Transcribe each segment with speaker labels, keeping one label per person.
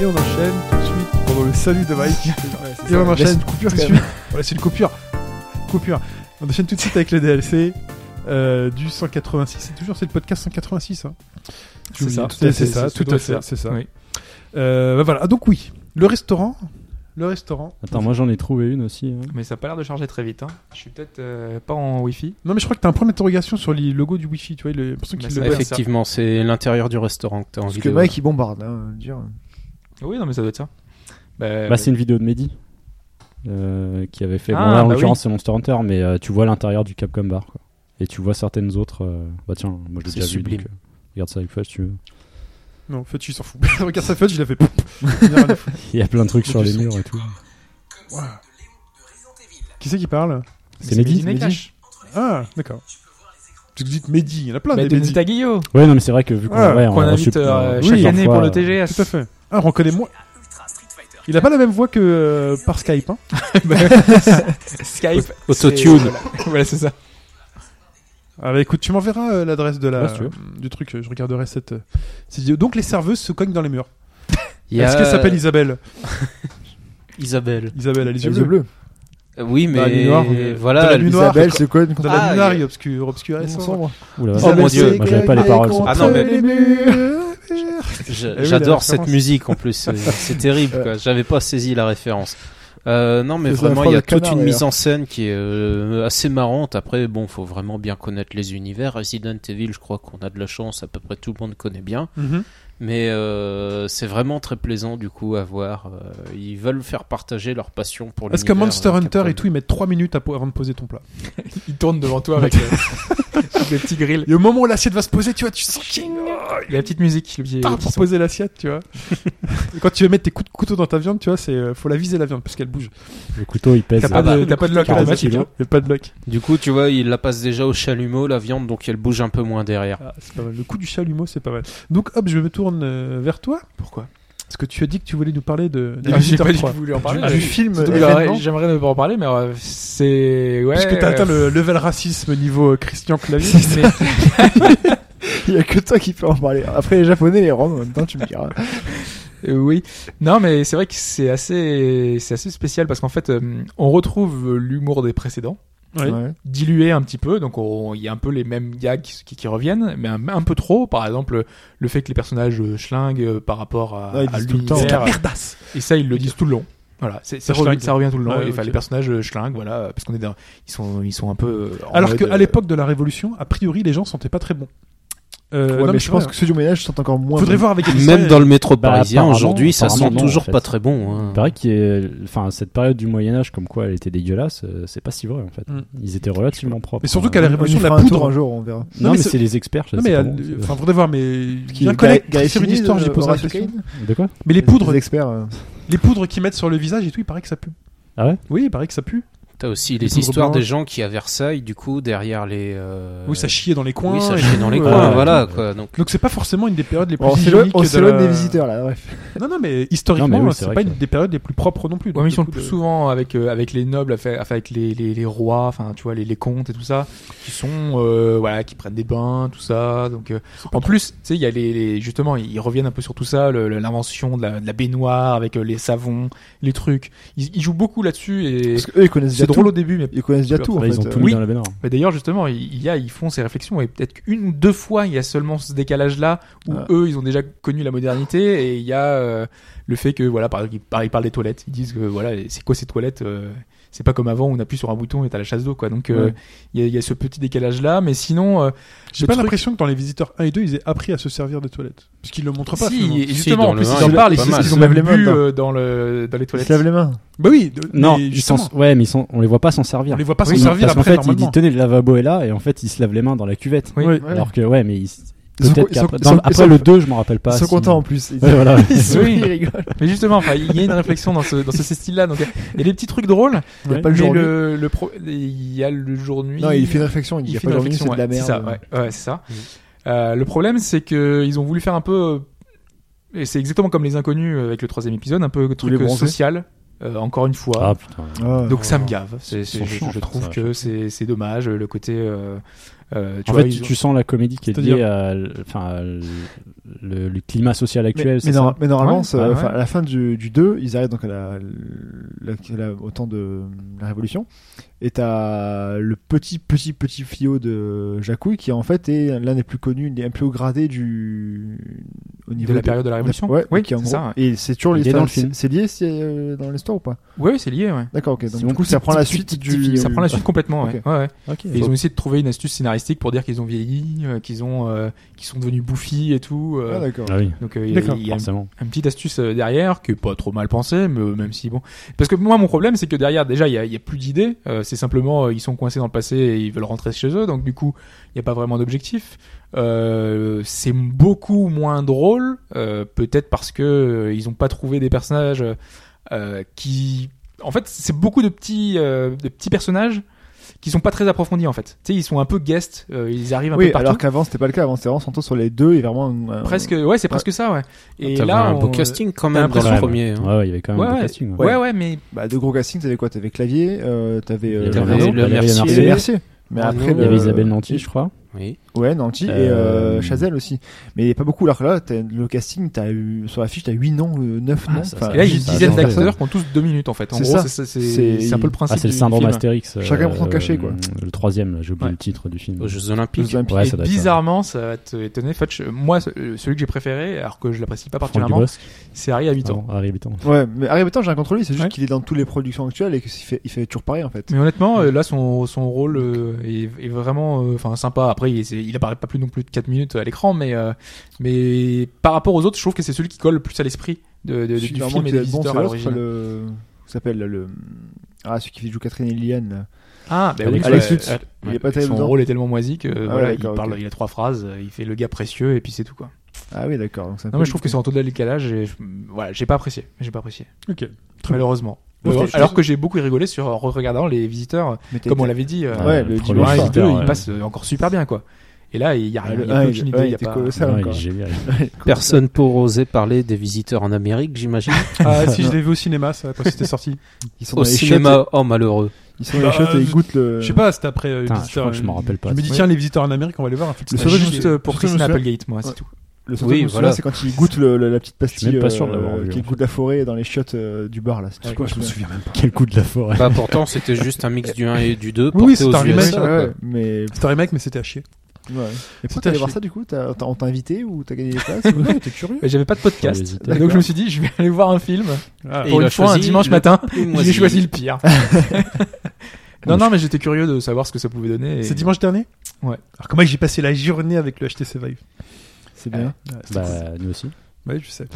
Speaker 1: Et on enchaîne tout de suite pendant le salut de Mike.
Speaker 2: c'est
Speaker 1: Et
Speaker 2: ça.
Speaker 1: on enchaîne.
Speaker 2: Laisse une coupure,
Speaker 1: tout de
Speaker 2: quand
Speaker 1: suite. Ouais, c'est une coupure. Coupure. On enchaîne tout de suite avec le DLC euh, du 186. C'est toujours c'est le podcast 186. Hein. Tu
Speaker 2: C'est
Speaker 1: oublies.
Speaker 2: ça.
Speaker 1: C'est, c'est
Speaker 2: C'est-
Speaker 1: ça.
Speaker 2: c'est ce
Speaker 1: Tout
Speaker 2: doit
Speaker 1: à
Speaker 2: faire.
Speaker 1: fait. C'est ça.
Speaker 2: Oui.
Speaker 1: Euh, bah voilà. Ah, Donc oui, le restaurant. Le restaurant.
Speaker 3: Attends, moi j'en ai trouvé une aussi. hein.
Speaker 2: Mais ça a pas l'air de charger très vite. Hein. Je suis peut-être euh, pas en Wi-Fi.
Speaker 1: Non mais je crois que t'as un point d'interrogation sur les logos du Wi-Fi. Tu vois, il est- j'ai l'impression
Speaker 2: Bah,
Speaker 1: qu'il
Speaker 2: ça
Speaker 1: le
Speaker 2: va faire
Speaker 4: Effectivement, c'est l'intérieur du restaurant que t'as envie
Speaker 5: Parce que
Speaker 4: de
Speaker 5: Mike il bombarde, hein, dire.
Speaker 2: Oui, non, mais ça doit être ça. Bah,
Speaker 3: Bah, c'est une vidéo de Mehdi euh, qui avait fait. bon,
Speaker 2: Ah,
Speaker 3: là, en
Speaker 2: bah
Speaker 3: l'occurrence, c'est Monster Hunter, mais euh, tu vois l'intérieur du Capcom Bar. quoi. Et tu vois certaines autres. euh, Bah, tiens, moi je l'ai
Speaker 4: C'est
Speaker 3: déjà
Speaker 4: sublime.
Speaker 3: vu. donc, euh, regarde ça avec toi si tu veux.
Speaker 1: Non, en fait, tu s'en fous. Regarde sa feuille, je l'ai fait. Il a rien à foutre.
Speaker 3: Il y a plein de trucs
Speaker 1: Mais
Speaker 3: sur
Speaker 1: tu
Speaker 3: les
Speaker 1: sens
Speaker 3: murs et tout.
Speaker 1: qui c'est qui parle
Speaker 3: C'est Mehdi c'est Mehdi
Speaker 2: Nakash.
Speaker 1: Ah, d'accord. Tu te dis Mehdi, il y en a plein
Speaker 2: Bah,
Speaker 1: des Mehdi.
Speaker 2: Denis Taguillo,
Speaker 3: Ouais, non, mais c'est vrai que vu qu'on
Speaker 1: Ouais,
Speaker 3: ouais, on
Speaker 2: qu'on
Speaker 3: a reçu
Speaker 2: invite euh,
Speaker 3: plein-
Speaker 2: chaque
Speaker 3: plusieurs
Speaker 2: année
Speaker 3: fois,
Speaker 2: pour le
Speaker 3: euh,
Speaker 2: TGS.
Speaker 1: Tout à fait. Ah, reconnais-moi. Il a pas la même voix que euh, par Skype. Hein.
Speaker 2: Skype.
Speaker 4: Autotune.
Speaker 2: c'est-
Speaker 1: euh,
Speaker 2: Voilà, Voilà, c'est ça.
Speaker 1: Ah bah écoute, tu m'enverras euh, l'adresse de la
Speaker 3: Ouais, si tu veux.
Speaker 1: du truc. euh, Je regarderai cette, euh, cette vidéo. Donc les serveuses se cognent dans les murs.
Speaker 4: Il y a-
Speaker 1: Est-ce qu'elle s'appelle Isabelle
Speaker 4: Isabelle
Speaker 1: Isabelle, elle a les yeux
Speaker 5: Les yeux
Speaker 1: bleus.
Speaker 5: bleus.
Speaker 4: Euh, Oui, mais
Speaker 1: Dans la nuit noire, euh, dans
Speaker 4: voilà.
Speaker 1: la nuit noire.
Speaker 5: Isabelle se cogne contre
Speaker 1: Dans
Speaker 4: Ah,
Speaker 1: la lunarille
Speaker 4: il y
Speaker 1: obscure, obscure et
Speaker 5: Ils sont
Speaker 1: sombre.
Speaker 5: sombres.
Speaker 3: Oula,
Speaker 4: Oh, mon Dieu.
Speaker 3: Moi, j'avais pas les
Speaker 1: Et
Speaker 3: paroles, ça.
Speaker 1: contre
Speaker 4: Ah, non, mais-
Speaker 1: les murs.
Speaker 4: je-
Speaker 1: oui, la
Speaker 4: J'adore
Speaker 1: référence.
Speaker 4: cette musique en plus. C'est- C'est terrible. quoi. J'avais pas saisi la référence. Euh, non, mais
Speaker 5: C'est
Speaker 4: vraiment,
Speaker 5: la
Speaker 4: il y
Speaker 5: phrase de
Speaker 4: a toute
Speaker 5: canard,
Speaker 4: une
Speaker 5: d'ailleurs.
Speaker 4: mise en scène qui est euh, assez marrante. Après, bon, faut vraiment bien connaître les univers. Resident Evil, je crois qu'on a de la chance. À peu près tout le monde connaît bien.
Speaker 1: Mhm.
Speaker 4: Mais euh, c'est vraiment très plaisant du coup à voir. Euh, ils veulent faire partager leur passion pour
Speaker 1: Est-ce que
Speaker 4: l'univers,
Speaker 1: Monster
Speaker 4: euh,
Speaker 1: Hunter
Speaker 4: Capcom.
Speaker 1: et tout, ils mettent 3 minutes à po- avant de poser ton plat
Speaker 2: Il tourne devant toi avec euh, avec les petits grilles.
Speaker 1: Et au moment où l'assiette va se poser, tu vois, tu sens qu'il y a une-
Speaker 2: La petite musique, le petit-
Speaker 1: tard
Speaker 2: le petit
Speaker 1: pour
Speaker 2: son.
Speaker 1: poser l'assiette, tu vois. Et quand tu veux mettre tes coups de couteau dans ta viande, tu vois, c'est euh, faut la viser la viande parce qu'elle bouge.
Speaker 3: Le couteau il pèse.
Speaker 1: T'as pas,
Speaker 3: euh,
Speaker 1: de- t'as pas de lock
Speaker 3: 40
Speaker 1: automatique,
Speaker 3: kilos.
Speaker 1: hein. Y'a pas de lock.
Speaker 4: Du coup, tu vois, il la passe déjà au chalumeau la viande, donc elle bouge un peu moins derrière.
Speaker 1: Ah, c'est pas mal. Le coup du chalumeau, c'est pas mal. Donc hop, je me tourne euh, vers toi
Speaker 2: Pourquoi
Speaker 1: parce que tu as dit que tu voulais nous parler de des
Speaker 2: Ah, J'ai
Speaker 1: visiteurs
Speaker 2: pas du tout Euh,
Speaker 1: 3.
Speaker 2: voulu en
Speaker 5: Du,
Speaker 2: parler. Ah,
Speaker 5: du
Speaker 2: mais-
Speaker 5: film.
Speaker 2: Surtout que
Speaker 5: événement.
Speaker 2: j'aurais- J'aimerais ne pas en parler, mais euh, c'est. Ouais.
Speaker 1: Parce que t'as
Speaker 2: euh,
Speaker 1: atteint le level racisme niveau euh, Christian Clavier.
Speaker 2: mais-
Speaker 5: Il y a que toi qui peux en parler. Après les japonais, les roms, en même temps, tu me diras.
Speaker 2: Euh, oui. Non, mais c'est vrai que c'est assez, c'est assez spécial parce qu'en fait, euh, on retrouve euh, l'humour des précédents,
Speaker 1: Oui.
Speaker 5: Ouais.
Speaker 2: dilué un petit peu. Donc, on- il y a un peu les mêmes gags qui, qui- qui reviennent, mais un, un peu trop. Par exemple, le fait que les personnages euh, schlinguent euh, par rapport à,
Speaker 5: Ah, ils
Speaker 2: à
Speaker 5: disent tout le temps.
Speaker 2: l'univers.
Speaker 1: Merdasse.
Speaker 2: Et ça, ils le disent tout le long. Voilà, c'est, c'est
Speaker 1: Ça
Speaker 2: revient-
Speaker 1: schlingue.
Speaker 2: ça revient tout le long.
Speaker 1: Ouais,
Speaker 2: Et, enfin,
Speaker 1: ok.
Speaker 2: Les personnages euh, schlinguent, voilà, euh, parce qu'on est dans, ils sont, ils sont un peu. euh, en
Speaker 1: Alors
Speaker 2: mode,
Speaker 1: qu'à
Speaker 2: euh,
Speaker 1: l'époque de la Révolution, a priori, les gens sentaient pas très bons. Euh,
Speaker 5: Ouais,
Speaker 1: non,
Speaker 5: mais,
Speaker 1: mais
Speaker 5: je pense que ceux du Moyen-Âge sont encore moins.
Speaker 1: faudrait
Speaker 5: bons.
Speaker 1: voir avec
Speaker 4: Même dans le métro
Speaker 3: Bah,
Speaker 4: parisien
Speaker 3: apparemment-
Speaker 4: aujourd'hui, ça
Speaker 3: apparemment,
Speaker 4: sent
Speaker 3: non, en
Speaker 4: toujours
Speaker 3: fait. Bah,
Speaker 4: pas très bon. hein.
Speaker 3: Il paraît qu'il y ait- Enfin, cette période du Moyen-Âge, comme quoi elle était dégueulasse, euh, c'est pas si vrai en fait.
Speaker 1: Mm.
Speaker 3: Ils étaient relativement propres.
Speaker 1: Mais surtout
Speaker 3: Euh,
Speaker 1: qu'à la
Speaker 5: On y
Speaker 1: Révolution,
Speaker 5: fera
Speaker 1: la
Speaker 5: un tour hein.
Speaker 1: poudre.
Speaker 5: un jour, on verra.
Speaker 3: Non, mais,
Speaker 1: mais
Speaker 3: c'est les experts, je
Speaker 1: Non
Speaker 3: sais
Speaker 1: mais,
Speaker 3: pas
Speaker 1: euh,
Speaker 3: bon, c'est-
Speaker 1: enfin, faudrait voir, mais bien
Speaker 5: Guy-
Speaker 1: connaître
Speaker 5: Guy
Speaker 1: sur une
Speaker 5: Finis,
Speaker 1: histoire, j'y
Speaker 5: euh,
Speaker 1: poserai la
Speaker 5: Horace
Speaker 1: question.
Speaker 5: Kane
Speaker 3: De quoi
Speaker 1: Mais les
Speaker 5: Les-
Speaker 1: poudres,
Speaker 5: Les experts. euh.
Speaker 1: les poudres qu'ils mettent sur le visage et tout, il paraît que ça pue.
Speaker 3: Ah ouais
Speaker 1: Oui, il paraît que ça pue.
Speaker 4: T'as aussi
Speaker 1: poudres
Speaker 4: les histoires
Speaker 1: blanches.
Speaker 4: des gens qui à Versailles, du coup, derrière les. euh,
Speaker 1: Oui, ça chiait dans les coins.
Speaker 4: oui, ça
Speaker 1: et
Speaker 4: chie
Speaker 1: tout,
Speaker 4: dans les
Speaker 1: euh,
Speaker 4: coins.
Speaker 3: ouais.
Speaker 4: voilà quoi. Donc,
Speaker 1: Donc c'est pas forcément une des périodes les plus
Speaker 5: Bon, On s'éloigne
Speaker 1: hygiéniques
Speaker 5: on
Speaker 1: de
Speaker 5: s'éloigne
Speaker 1: la-
Speaker 5: des visiteurs là, bref.
Speaker 1: Non, non, mais historiquement,
Speaker 3: Non, mais oui, c'est
Speaker 1: c'est
Speaker 3: vrai
Speaker 1: pas
Speaker 3: que-
Speaker 1: une des périodes les plus propres non plus.
Speaker 2: Ouais,
Speaker 1: Donc,
Speaker 2: mais ils sont
Speaker 1: le
Speaker 2: le
Speaker 1: coup
Speaker 2: plus
Speaker 1: de-
Speaker 2: souvent avec euh, avec les nobles, avec, avec les, les, les rois, enfin tu vois les, les comtes et tout ça, qui sont euh, voilà, qui prennent des bains, tout ça. Donc euh, en plus, tu sais, il y a les, les- justement, ils reviennent un peu sur tout ça, le- le- l'invention de la, de la baignoire avec euh, les savons, les trucs. Ils, ils jouent beaucoup là-dessus et
Speaker 5: Parce qu'eux ils connaissent déjà
Speaker 2: c'est drôle
Speaker 5: tout.
Speaker 2: au début, mais
Speaker 5: Ils connaissent déjà
Speaker 2: Bah,
Speaker 5: tout en
Speaker 3: Là, Ils ont
Speaker 5: fait.
Speaker 3: tout
Speaker 5: euh.
Speaker 3: mis
Speaker 2: Oui.
Speaker 3: dans la baignoire.
Speaker 2: mais d'ailleurs justement, il il y a ils font ces réflexions et peut-être qu'une ou deux fois il y a seulement ce décalage là où
Speaker 5: Ah.
Speaker 2: eux ils ont déjà connu la modernité et il y a euh, le fait que voilà par exemple ils par- ils parlent des toilettes, ils disent que voilà c'est quoi ces toilettes euh, c'est pas comme avant où on appuie sur un bouton et t'as la chasse d'eau quoi donc euh,
Speaker 3: Ouais.
Speaker 2: il y, a- il y a ce petit décalage là mais sinon euh,
Speaker 1: J'ai
Speaker 2: le
Speaker 1: pas
Speaker 2: truc-
Speaker 1: l'impression que dans les visiteurs 1 et 2, ils aient appris à se servir des toilettes. Parce qu'ils le montrent pas.
Speaker 2: si
Speaker 1: finalement.
Speaker 2: et justement
Speaker 4: dans
Speaker 2: en
Speaker 4: le
Speaker 2: plus ils
Speaker 4: un,
Speaker 2: en
Speaker 4: il est
Speaker 2: parlent ils,
Speaker 4: pas mal.
Speaker 2: ils ont
Speaker 5: Ils se
Speaker 2: même
Speaker 5: lavent les
Speaker 2: bu
Speaker 5: mains,
Speaker 2: euh, dans le dans les
Speaker 5: Ils
Speaker 2: toilettes
Speaker 5: se lavent les mains.
Speaker 1: Bah oui, de-
Speaker 3: Non,
Speaker 1: mais
Speaker 3: ils
Speaker 1: justement,
Speaker 3: s'en- ouais, mais ils sont... on les voit pas s'en servir.
Speaker 1: on les voit pas
Speaker 2: Oui,
Speaker 1: s'en
Speaker 2: non,
Speaker 1: servir
Speaker 3: parce qu'en
Speaker 1: après.
Speaker 3: fait, il dit
Speaker 1: normalement.
Speaker 3: tenez le lavabo est là et en fait il se lave les mains dans la cuvette.
Speaker 2: Oui.
Speaker 1: Ouais.
Speaker 3: Alors que ouais, mais il...
Speaker 5: Ils sont-
Speaker 3: peut-être
Speaker 5: ils sont-
Speaker 3: qu'après
Speaker 5: ils
Speaker 3: dans-
Speaker 5: sont- ils
Speaker 3: après
Speaker 5: sont-
Speaker 3: le 2, je m'en rappelle pas.
Speaker 5: Ils sont
Speaker 3: si-
Speaker 5: contents en plus. Ils
Speaker 3: Ouais, voilà.
Speaker 5: ils
Speaker 2: Oui.
Speaker 5: sourient, ils rigolent.
Speaker 2: mais justement enfin il y a une réflexion dans ce dans ce style là donc il y a des petits trucs drôles
Speaker 5: Il n'y a
Speaker 3: Ouais.
Speaker 5: pas le
Speaker 2: mais
Speaker 5: jour. nuit.
Speaker 2: le le pro- il y a le jour nuit
Speaker 5: Non, il fait une réflexion. Il n'y a
Speaker 2: fait
Speaker 5: pas le
Speaker 2: une
Speaker 5: jour nuit, c'est
Speaker 2: réflexion,
Speaker 5: de la
Speaker 2: ouais,
Speaker 5: merde. Mm.
Speaker 2: ça, ouais, ouais, c'est ça.
Speaker 4: Mhm.
Speaker 2: Euh, le problème, c'est que ils ont voulu faire un peu, euh, et c'est exactement comme les inconnus euh, avec le troisième épisode, un peu truc
Speaker 5: les
Speaker 2: euh,
Speaker 5: bronzés.
Speaker 2: social. euh, encore une fois.
Speaker 3: Ah putain.
Speaker 5: Ah.
Speaker 2: Donc ça me gave. C'est- c'est-
Speaker 3: Ils sont
Speaker 2: je,
Speaker 3: chiants,
Speaker 2: je
Speaker 3: putain,
Speaker 2: trouve
Speaker 3: ça,
Speaker 2: que c'est c'est dommage le côté euh, Euh, tu
Speaker 3: en
Speaker 2: vois,
Speaker 3: fait,
Speaker 2: ils
Speaker 3: tu,
Speaker 2: ont-
Speaker 3: tu sens la comédie qui est
Speaker 1: C'est-à-dire
Speaker 3: liée à, l- enfin, à l- le, le climat social
Speaker 5: Mais,
Speaker 3: actuel.
Speaker 5: mais
Speaker 3: c'est
Speaker 5: non-
Speaker 3: ça
Speaker 5: mais normalement,
Speaker 2: Ouais, bah
Speaker 5: c'est-
Speaker 2: ouais,
Speaker 5: enfin,
Speaker 2: ouais.
Speaker 5: à la fin du, du 2, ils arrivent donc à la, la- la- au temps de la Révolution. Et t'as le petit, petit, petit fillot de Jacouille qui en fait est l'un des plus connus, l'un des plus haut gradés du. au
Speaker 2: de la période de la Révolution.
Speaker 5: Ouais,
Speaker 2: oui,
Speaker 5: qui en
Speaker 2: c'est
Speaker 5: gros-
Speaker 2: ça.
Speaker 5: Et c'est toujours
Speaker 3: Il est
Speaker 5: l'histoire-
Speaker 3: dans le film.
Speaker 5: C'est c'est lié c'est, euh, dans l'histoire ou pas
Speaker 2: Oui, c'est lié, ouais.
Speaker 5: D'accord, ok.
Speaker 3: C'est
Speaker 5: Donc
Speaker 3: mon
Speaker 5: du coup, ça prend la suite du.
Speaker 2: Ça prend la suite complètement, ouais.
Speaker 5: Ok.
Speaker 2: ouais, ouais.
Speaker 3: Ok.
Speaker 2: Et ils ont essayé de trouver une astuce scénaristique pour dire qu'ils ont vieilli, euh, qu'ils ont, euh, qu'ils sont devenus bouffis et tout. euh,
Speaker 5: Ah, d'accord.
Speaker 3: Ah oui,
Speaker 2: donc euh, il y a-
Speaker 1: D'accord.
Speaker 2: il y a
Speaker 3: forcément.
Speaker 2: un petite astuce euh, derrière qui est pas trop mal pensée mais euh, même si bon parce que moi mon problème c'est que derrière déjà il y a, il y a plus d'idées euh, c'est simplement euh, ils sont coincés dans le passé et ils veulent rentrer chez eux donc du coup il y a pas vraiment d'objectif Euh, c'est beaucoup moins drôle euh, peut-être parce que euh, ils ont pas trouvé des personnages euh, euh, qui en fait c'est beaucoup de petits euh, de petits personnages qui sont pas très approfondis en fait tu sais ils sont un peu guests euh, ils arrivent un
Speaker 5: Oui,
Speaker 2: peu partout
Speaker 5: alors qu'avant c'était pas le cas. Avant c'était vraiment centré sur les deux et vraiment. un- un-
Speaker 2: presque ouais c'est presque ça ouais et
Speaker 4: T'avais
Speaker 2: là
Speaker 4: un beau
Speaker 2: on-
Speaker 4: casting quand
Speaker 2: t'as
Speaker 4: même dans le
Speaker 2: l'impression-
Speaker 4: premier. hein.
Speaker 3: Ouais, ouais, il y avait quand même
Speaker 2: Ouais,
Speaker 3: un
Speaker 2: ouais.
Speaker 3: beau casting. ouais.
Speaker 2: ouais ouais mais
Speaker 5: Bah, de gros castings, t'avais quoi T'avais Clavier, euh, t'avais.
Speaker 3: Il y
Speaker 5: euh,
Speaker 3: avait
Speaker 4: t'avais
Speaker 5: Renaud,
Speaker 3: Valérie-
Speaker 4: le
Speaker 3: Valérie
Speaker 4: Mercier.
Speaker 5: et
Speaker 3: Mercier,
Speaker 5: les Mercier. Mais
Speaker 2: Ah,
Speaker 4: Renaud,
Speaker 5: après,
Speaker 3: Il y avait
Speaker 5: euh,
Speaker 3: Isabelle Nanty, je crois.
Speaker 4: Oui.
Speaker 5: Ouais, Nanty et
Speaker 3: Euh,
Speaker 5: euh, Chazelle aussi. Mais il y a pas beaucoup. Alors que là, t'as- le casting, t'as eu, sur la fiche, t'as 8 noms, 9
Speaker 3: Ah,
Speaker 5: noms.
Speaker 3: ça,
Speaker 5: Enfin,
Speaker 2: Et là, il y a une
Speaker 3: Ça,
Speaker 2: dizaine
Speaker 3: c'est
Speaker 2: d'acteurs qui ont tous deux minutes en fait. En
Speaker 5: C'est
Speaker 2: gros,
Speaker 5: ça.
Speaker 2: c'est ça, c'est-
Speaker 5: C'est-
Speaker 2: c'est un peu le principe.
Speaker 3: Ah, c'est le
Speaker 2: du
Speaker 3: syndrome
Speaker 2: film.
Speaker 3: Astérix. euh,
Speaker 5: Chacun prend son cachet, quoi.
Speaker 3: Le troisième, là, j'ai oublié
Speaker 2: Ouais.
Speaker 3: le titre du film.
Speaker 4: Aux Jeux
Speaker 5: Jeux
Speaker 4: Olympiques.
Speaker 5: Olympiques.
Speaker 3: Ouais,
Speaker 2: Et
Speaker 3: ça doit être ça.
Speaker 2: bizarrement, ça va te étonner. Fudge, moi, ce- euh, celui que j'ai préféré, alors que je l'apprécie pas
Speaker 3: Franck
Speaker 2: particulièrement,
Speaker 3: Dubosc.
Speaker 2: c'est Harry à 8
Speaker 3: Ah
Speaker 2: ans.
Speaker 3: bon, Harry Habitant.
Speaker 5: Ouais, mais Harry Potter, j'ai un contrôle, c'est juste
Speaker 2: Ouais.
Speaker 5: qu'il est dans toutes les productions actuelles et qu'il fait, il fait toujours pareil en fait.
Speaker 2: Mais honnêtement, euh, là, son, son rôle euh, est, est vraiment euh, enfin sympa. Après, il, c'est- il apparaît pas plus non plus de 4 minutes à l'écran, mais, euh, mais par rapport aux autres, je trouve que c'est celui qui colle le plus à l'esprit de, de- de-
Speaker 5: Celui
Speaker 2: du
Speaker 5: vraiment
Speaker 2: film et
Speaker 5: qui
Speaker 2: des
Speaker 5: doit être bon,
Speaker 2: visiteurs
Speaker 5: c'est
Speaker 2: à
Speaker 5: l'autre,
Speaker 2: l'origine.
Speaker 5: le. Comment ça s'appelle le. Ah, celui qui joue Catherine et Liliane. là.
Speaker 2: Ah, bah oui,
Speaker 3: Alex
Speaker 5: Alex
Speaker 2: ouais,
Speaker 5: Lutz.
Speaker 2: ouais.
Speaker 5: Il est pas terrible
Speaker 2: Son
Speaker 5: dedans.
Speaker 2: rôle est tellement moisi que voilà, il
Speaker 5: d'accord,
Speaker 2: parle,
Speaker 5: ok.
Speaker 2: il a trois phrases, euh, il fait le gars précieux et puis c'est tout quoi.
Speaker 5: Ah oui, d'accord. donc c'est un
Speaker 2: Non
Speaker 5: peu
Speaker 2: mais je trouve que c'est en taux de décalage et je- voilà, j'ai pas apprécié, j'ai pas apprécié.
Speaker 1: Ok.
Speaker 2: Malheureusement.
Speaker 5: Moi, je
Speaker 2: Alors,
Speaker 5: trouve-
Speaker 2: alors que j'ai beaucoup rigolé sur en regardant les visiteurs,
Speaker 5: Mais t'as-
Speaker 2: comme on l'avait dit, euh,
Speaker 5: Ouais,
Speaker 3: le
Speaker 5: le
Speaker 3: premier
Speaker 5: dimanche
Speaker 2: un et
Speaker 5: soir.
Speaker 2: deux,
Speaker 3: visiteur,
Speaker 2: ils
Speaker 3: ouais.
Speaker 2: passent euh, encore super bien quoi. Et là, il y a,
Speaker 5: Ah,
Speaker 2: il y a
Speaker 5: le un,
Speaker 2: aucune
Speaker 5: il-
Speaker 2: idée,
Speaker 5: ouais,
Speaker 2: il y
Speaker 5: il
Speaker 2: a
Speaker 5: était
Speaker 2: pas-
Speaker 5: colossal,
Speaker 3: Ouais, il est
Speaker 5: encore.
Speaker 3: génial.
Speaker 4: Personne pour oser parler des visiteurs en Amérique, j'imagine.
Speaker 1: Ah, si je l'ai vu au cinéma, ça, quand c'était sorti.
Speaker 5: Ils sont
Speaker 4: Au
Speaker 5: dans les chiottes
Speaker 4: cinéma, oh malheureux.
Speaker 5: et- Ils sont dans les
Speaker 1: Bah,
Speaker 5: chiottes et ils
Speaker 1: je-
Speaker 5: goûtent le.
Speaker 1: Je sais pas, c'était après euh,
Speaker 3: Putain, je
Speaker 1: Visiteurs,
Speaker 3: crois que je
Speaker 1: euh,
Speaker 3: m'en rappelle pas.
Speaker 1: Je me dis, tiens, les visiteurs en Amérique, on va les voir. En fait,
Speaker 5: Le
Speaker 1: c'était
Speaker 5: sauvage
Speaker 1: juste-
Speaker 2: Juste euh, pour
Speaker 5: je me
Speaker 2: Christina
Speaker 5: souviens-
Speaker 2: Applegate, moi, c'est
Speaker 5: Ouais.
Speaker 2: tout.
Speaker 5: Le
Speaker 4: Oui,
Speaker 5: oui,
Speaker 4: voilà.
Speaker 5: voilà. c'est quand ils goûtent le, le- la petite pastille euh,
Speaker 3: même pas sûr de l'avoir vu,
Speaker 5: qui
Speaker 3: en fait.
Speaker 5: goûte la forêt dans les chiottes euh, du bar là. c'est tout ce que je me souviens.
Speaker 3: même pas. Quel coup de la forêt.
Speaker 4: Bah pourtant, c'était juste un mix du 1 et du 2
Speaker 1: Oui,
Speaker 4: porté
Speaker 1: c'est
Speaker 4: aux
Speaker 1: un remake,
Speaker 4: USA.
Speaker 1: ça,
Speaker 4: quoi.
Speaker 5: Ouais, mais
Speaker 1: C'était un remake, mais c'était à chier.
Speaker 5: ouais. Et
Speaker 1: C'était
Speaker 5: pourquoi t'es allé
Speaker 1: à
Speaker 5: voir
Speaker 1: chier.
Speaker 5: ça du coup T'as- t'as- On t'a invité ou t'as gagné des places ou- Non, t'es curieux.
Speaker 2: Et J'avais pas de podcast.
Speaker 3: Ouais, les visiteurs.
Speaker 2: donc je me suis dit, je vais aller voir un film
Speaker 1: Ah,
Speaker 4: Et
Speaker 2: pour
Speaker 4: il
Speaker 2: une
Speaker 4: a
Speaker 2: fois un
Speaker 4: choisi
Speaker 2: dimanche
Speaker 4: le
Speaker 2: matin.
Speaker 4: Plus moisi.
Speaker 2: J'ai choisi le pire. non, non, mais j'étais curieux de savoir ce que ça pouvait donner. et-
Speaker 1: C'est dimanche dernier
Speaker 2: Ouais.
Speaker 1: Alors comment j'ai passé la journée avec le HTC Vive
Speaker 5: C'est bien.
Speaker 1: Ouais, c'était cool.
Speaker 3: Bah, nous aussi.
Speaker 1: Ouais, je sais.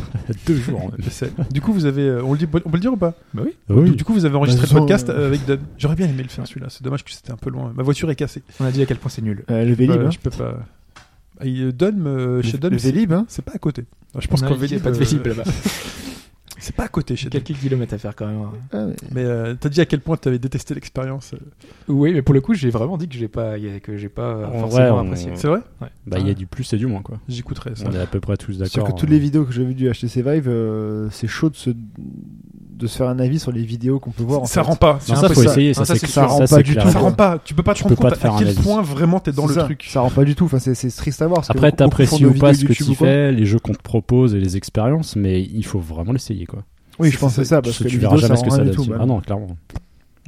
Speaker 3: Deux jours. hein. Bah
Speaker 1: Je sais. Du coup, vous avez. euh, On, le dit, on peut le dire ou pas
Speaker 3: Oui.
Speaker 1: Du- Du coup, vous avez enregistré
Speaker 5: Bah,
Speaker 1: le podcast
Speaker 5: disons,
Speaker 1: euh, avec Dub. J'aurais bien aimé le faire celui-là. C'est dommage que c'était un peu loin. Ma voiture est cassée.
Speaker 2: On a dit à quel point c'est nul.
Speaker 5: Euh, le Vélib.
Speaker 1: Bah,
Speaker 5: hein.
Speaker 1: je peux pas. Ah, il- euh, Dun, euh, chez
Speaker 5: Le-
Speaker 1: Dun,
Speaker 5: le
Speaker 1: c'est
Speaker 5: Vélib, hein.
Speaker 1: c'est pas à côté. Non, je pense
Speaker 2: Non,
Speaker 1: qu'en
Speaker 2: il y a
Speaker 1: Vélib,
Speaker 2: pas de
Speaker 1: euh,
Speaker 2: Vélib là-bas.
Speaker 1: C'est pas à côté chez Dun.
Speaker 2: Quelques kilomètres à faire quand même. hein.
Speaker 5: Ah, mais-
Speaker 1: Mais euh, t'as dit à quel point t'avais détesté l'expérience. euh.
Speaker 2: Oui, mais pour le coup, j'ai vraiment dit que j'ai pas que j'ai pas euh,
Speaker 3: En
Speaker 2: forcément
Speaker 3: vrai, on-
Speaker 2: apprécié.
Speaker 1: C'est vrai
Speaker 3: Bah, il y a du plus et du moins, quoi.
Speaker 1: J'écouterai ça.
Speaker 3: On est à peu près tous
Speaker 5: C'est sûr
Speaker 3: d'accord.
Speaker 5: que toutes les vidéos que j'ai vues du HTC Vive, euh, c'est chaud de se... de se faire un avis sur les vidéos qu'on peut voir. en
Speaker 1: Ça
Speaker 5: fait.
Speaker 1: rend pas.
Speaker 3: Non,
Speaker 5: C'est
Speaker 3: ça, faut
Speaker 5: impossible.
Speaker 3: essayer. Ça,
Speaker 2: Non, ça,
Speaker 3: c'est
Speaker 2: c'est
Speaker 5: sûr. Ça rend
Speaker 3: c'est
Speaker 5: pas du
Speaker 3: clair.
Speaker 5: tout.
Speaker 1: Ça rend pas. Tu peux pas te
Speaker 3: Tu
Speaker 1: rendre
Speaker 3: peux pas
Speaker 1: compte
Speaker 3: te faire
Speaker 1: à
Speaker 3: un
Speaker 1: quel
Speaker 3: avis.
Speaker 1: point vraiment t'es dans
Speaker 5: C'est
Speaker 1: le
Speaker 5: ça.
Speaker 1: truc.
Speaker 5: Ça rend pas du tout. Enfin, c'est c'est triste à voir. parce que
Speaker 3: Après,
Speaker 5: beaucoup- beaucoup font
Speaker 3: t'apprécies
Speaker 5: de
Speaker 3: ou
Speaker 5: vidéos
Speaker 3: pas ce que
Speaker 5: YouTube
Speaker 3: tu
Speaker 5: ou quoi.
Speaker 3: fais, les jeux qu'on te propose et les expériences, mais il faut vraiment l'essayer, quoi.
Speaker 5: Oui,
Speaker 1: C'est-
Speaker 5: je pense
Speaker 1: c'est-
Speaker 5: que c'est ça parce
Speaker 3: Parce
Speaker 5: que
Speaker 3: que
Speaker 5: les
Speaker 3: tu verras
Speaker 5: vidéos ça
Speaker 3: jamais ce que
Speaker 5: rend
Speaker 3: ça
Speaker 5: rien
Speaker 3: donne.
Speaker 5: du tout.
Speaker 3: Ah
Speaker 5: bah non.
Speaker 3: non, clairement.